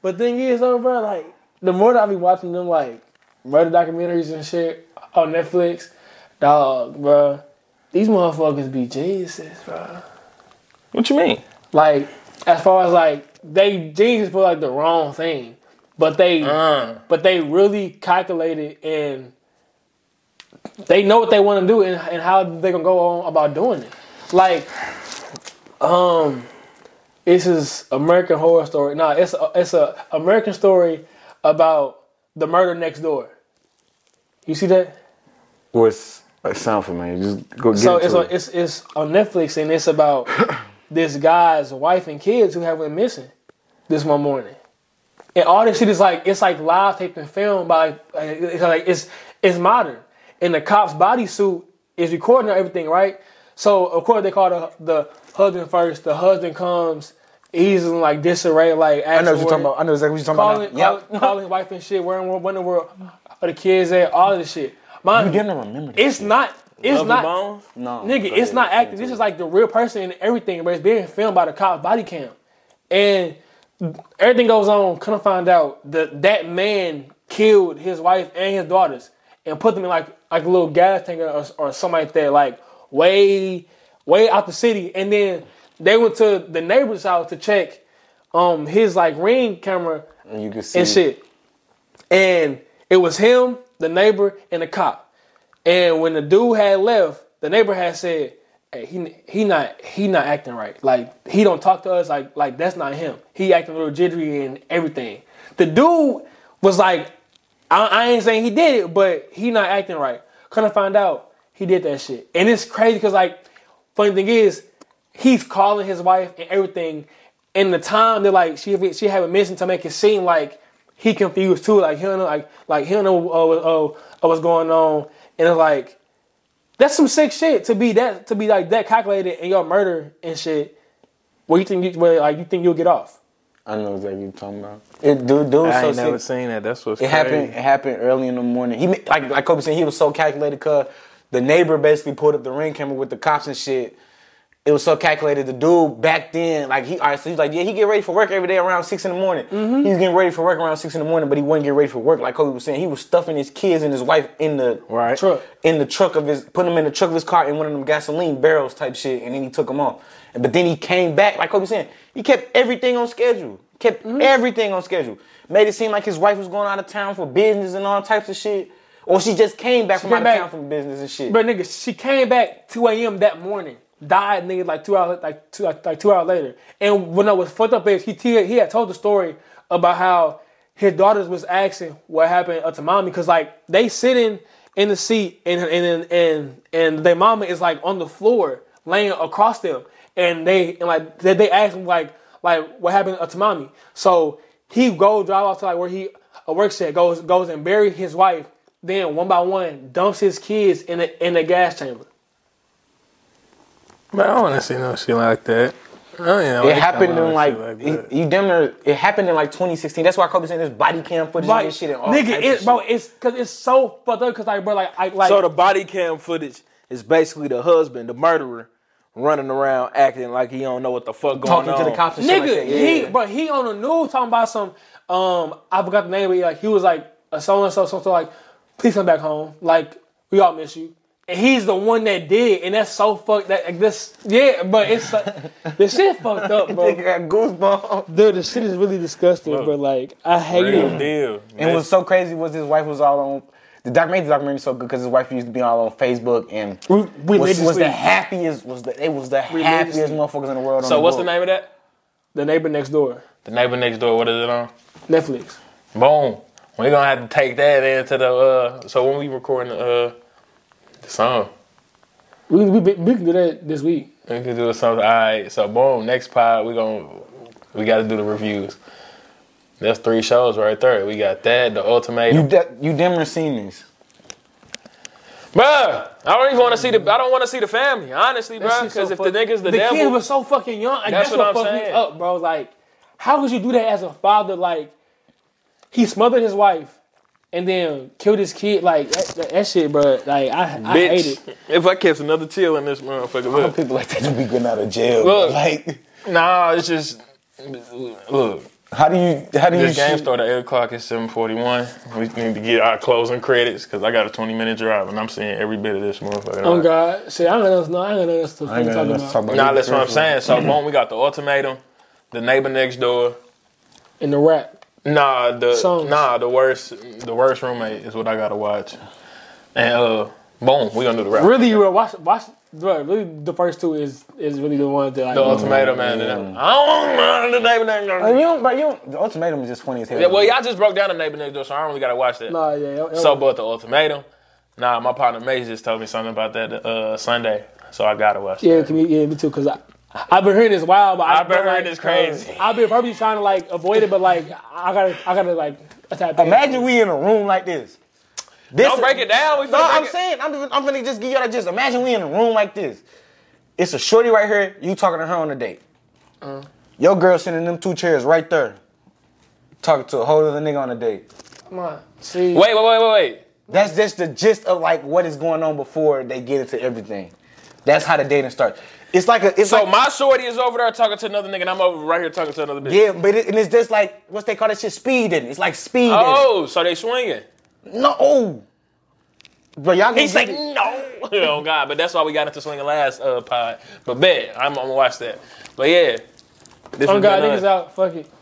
S1: but thing is though, bruh, like the more that I be watching them like murder documentaries and shit on Netflix, dog, bruh, these motherfuckers be geniuses, bruh.
S2: What you mean?
S1: Like, as far as like they genius for like the wrong thing, but they
S2: Uh.
S1: but they really calculated and they know what they want to do and, and how they gonna go on about doing it. Like, um, this is American Horror Story. No, it's a, it's a American story about the murder next door. You see that?
S4: What's it sound familiar? Just go get
S1: so
S4: it.
S1: it's on, it's it's on Netflix and it's about this guy's wife and kids who have went missing this one morning, and all this shit is like it's like live taped and filmed by like, it's like it's it's modern, and the cop's bodysuit is recording everything right. So of course they call the the husband first. The husband comes, he's in like disarray, like
S4: I know what you're talking about. I know exactly what you're talking
S1: Calling,
S4: about. now.
S1: calling, calling wife and shit, where in, where in the world are the kids at, all of this shit. Mind
S4: Yep. You didn't remember that.
S1: it's not. It's
S2: Love
S1: not.
S2: bone?
S4: No.
S1: Nigga, it's not acting. This is like the real person and everything, but it's being filmed by the cop body cam. And everything goes on, couldn't find out that that man killed his wife and his daughters and put them in like like a little gas tank or, or something like that, like way way out the city. And then they went to the neighbor's house to check um his like ring camera
S4: And you can see.
S1: and shit. And it was him, the neighbor, and the cop. And when the dude had left, the neighbor had said, "Hey, he he not he not acting right. Like he don't talk to us. Like like that's not him. He acting a little jittery and everything." The dude was like, "I, I ain't saying he did it, but he not acting right." Couldn't find out he did that shit, and it's crazy because like, funny thing is, he's calling his wife and everything. And the time that like she she had been missing to make it seem like he confused too, like he don't know, like like he don't know oh, oh, oh, what's going on, and it's like that's some sick shit to be that to be like that calculated in your murder and shit. Where you think you where, like you think you'll get off?
S4: I know exactly what you're talking about. It, dude, dude, was so sick.
S2: seen that. That's what's
S4: It happened. It happened early in the morning. He ma- like like Kobe said, he was so calculated because the neighbor basically pulled up the ring camera with the cops and shit. It was so calculated. The dude back then, like he, all right, so he's like, yeah, he get ready for work every day around six in the morning.
S1: Mm-hmm.
S4: He was getting ready for work around six in the morning, but he wasn't getting ready for work. Like Kobe was saying, he was stuffing his kids and his wife in the
S1: Right. Truck.
S4: in the truck of his, putting them in the truck of his car in one of them gasoline barrels type shit, and then he took them off. And but then he came back, like Kobe saying, he kept everything on schedule, kept
S1: Mm-hmm.
S4: everything on schedule. Made it seem like his wife was going out of town for business and all types of shit, or she just came back from
S1: came
S4: out
S1: back.
S4: of town from business and shit.
S1: But nigga, she came back 2 a.m. that morning. Died nigga like two hours like two like, like two hours later. And when I was fucked up is he te- he had told the story about how his daughters was asking what happened uh, to mommy because like they sitting in the seat and and and and, and their mama is like on the floor laying across them and they and like they, they asked him like like what happened uh, to mommy. So he go drive off to like where he uh, works at goes goes and bury his wife then one by one dumps his kids in the in the gas chamber.
S2: Man, I want to see no shit like that.
S1: Oh yeah,
S4: It happened in like, it- you damn near. It happened in like 2016. That's why Kobe saying there's body cam footage and
S1: like,
S4: this shit and all.
S1: nigga,
S4: types
S1: it,
S4: of
S1: bro,
S4: shit.
S1: it's cause it's so fucked up. Cause like, bro, like, I like,
S2: So the body cam footage is basically the husband, the murderer, running around acting like he don't know what the fuck going
S4: talking
S2: on.
S4: to the cops and shit
S1: nigga,
S4: like that. Yeah,
S1: he,
S4: yeah.
S1: bro, he on the news talking about some, um, I forgot the name, but he, like, he was like, so and so, so so, like, please come back home. Like, we all miss you. And he's the one that did, and that's so fucked. That like, this, yeah, but it's like, the shit fucked up, bro.
S4: Nigga got goosebumps.
S12: Dude, the shit is really disgusting, bro. Like, I hate
S2: Real
S12: it.
S2: deal.
S4: And what's so crazy was his wife was all on. The doc made the documentary so good because his wife used to be all on Facebook and
S12: We, we
S4: was, was the
S12: the,
S4: happiest. Was the they was the happiest motherfuckers in the world. On
S2: So what's the
S4: book.
S2: name of that?
S1: neighbor next door,
S2: The neighbor next door. What is it on?
S1: Netflix.
S2: Boom. We're gonna have to take that into the. uh So when we recording the, uh, the song,
S1: We, we, we can do that this week.
S2: we can do something. All right. So boom. Next pod, we gonna we got to do the reviews. That's three shows right there. We got that, the ultimatum.
S4: You de- you damn near seen this.
S2: Bruh, I don't even want to see the. I don't want to see the family, honestly, bruh.
S1: shit's so
S2: Because if the
S1: fuck-
S2: niggas the,
S1: the
S2: devil,
S1: kid was so fucking young. Like, that's,
S2: That's
S1: what,
S2: what I'm
S1: fucked me
S2: saying.
S1: up, bro. Like, how could you do that as a father? Like, he smothered his wife and then killed his kid. Like that, that, that shit, bro. Like I, I hate it.
S2: bitch. If I catch another chill in this motherfucker, look.
S4: People like that do be getting out of jail.
S2: Look.
S4: Like
S2: Nah, it's just look.
S4: how do you how do you
S2: This game
S4: shoot-
S2: started at eight o'clock. It's seven forty-one. We need to get our closing credits because I got a twenty-minute drive and I'm seeing every bit of this motherfucker.
S1: Oh God, shit. I don't know. No, I don't know. That's the
S4: I
S1: fucking
S4: ain't got
S1: talking
S4: nothing
S1: about.
S4: to talk about.
S2: Nah, that's what I'm saying. So boom, we got the ultimatum, the neighbor next door.
S1: In the rap,
S2: Nah, the
S1: Songs.
S2: nah the worst the worst roommate is what I gotta watch. And uh, boom, we gonna do the rap.
S1: really, bro. Watch, watch, bro. Really, the first two is is really the ones that like.
S2: The ultimatum, man. I don't mind the neighbor next door.
S4: And
S1: Oh,
S4: you don't, but you don't, the ultimatum is just funny as hell.
S2: Yeah, well, y'all just broke down the neighbor next door, so I don't really gotta watch that.
S1: Nah, yeah. that- that
S2: So,
S1: one-
S2: but the ultimatum. Nah, my partner Mace just told me something about that uh, Sunday, so I gotta watch.
S1: yeah,
S2: that.
S1: can we- yeah, me too. Cause I, I've been hearing this wild, but I-
S2: I've been
S1: but,
S2: hearing
S1: like, uh,
S2: this crazy.
S1: I've been probably trying to like avoid it, but like I gotta, I gotta like. tap in.
S4: Imagine we in a room like this. This
S2: Don't break it down. We
S4: No,
S2: finna break
S4: I'm
S2: it-
S4: saying I'm I'm gonna just give y'all that just imagine we in a room like this. It's a shorty right here. You talking to her on a date.
S2: Uh.
S4: Your girl sitting in them two chairs right there, talking to a whole other nigga on a date.
S1: Come on, see.
S2: Wait, wait, wait, wait, wait.
S4: That's just the gist of like what is going on before they get into everything. That's how the dating starts. It's like a it's
S2: So
S4: like
S2: my shorty is over there talking to another nigga, and I'm over right here talking to another bitch.
S4: yeah, but it, and it's just like what's they call that shit speed dating. It's like speed dating.
S2: Oh, so they swinging.
S4: No. Oh. But y'all can
S2: He's like, no. oh God, but that's why we got into swinging last uh, pod. But bet I'm, I'm gonna watch that. But yeah, this
S1: Oh
S2: has
S1: God,
S2: been uh,
S1: niggas
S2: us.
S1: out. Fuck it.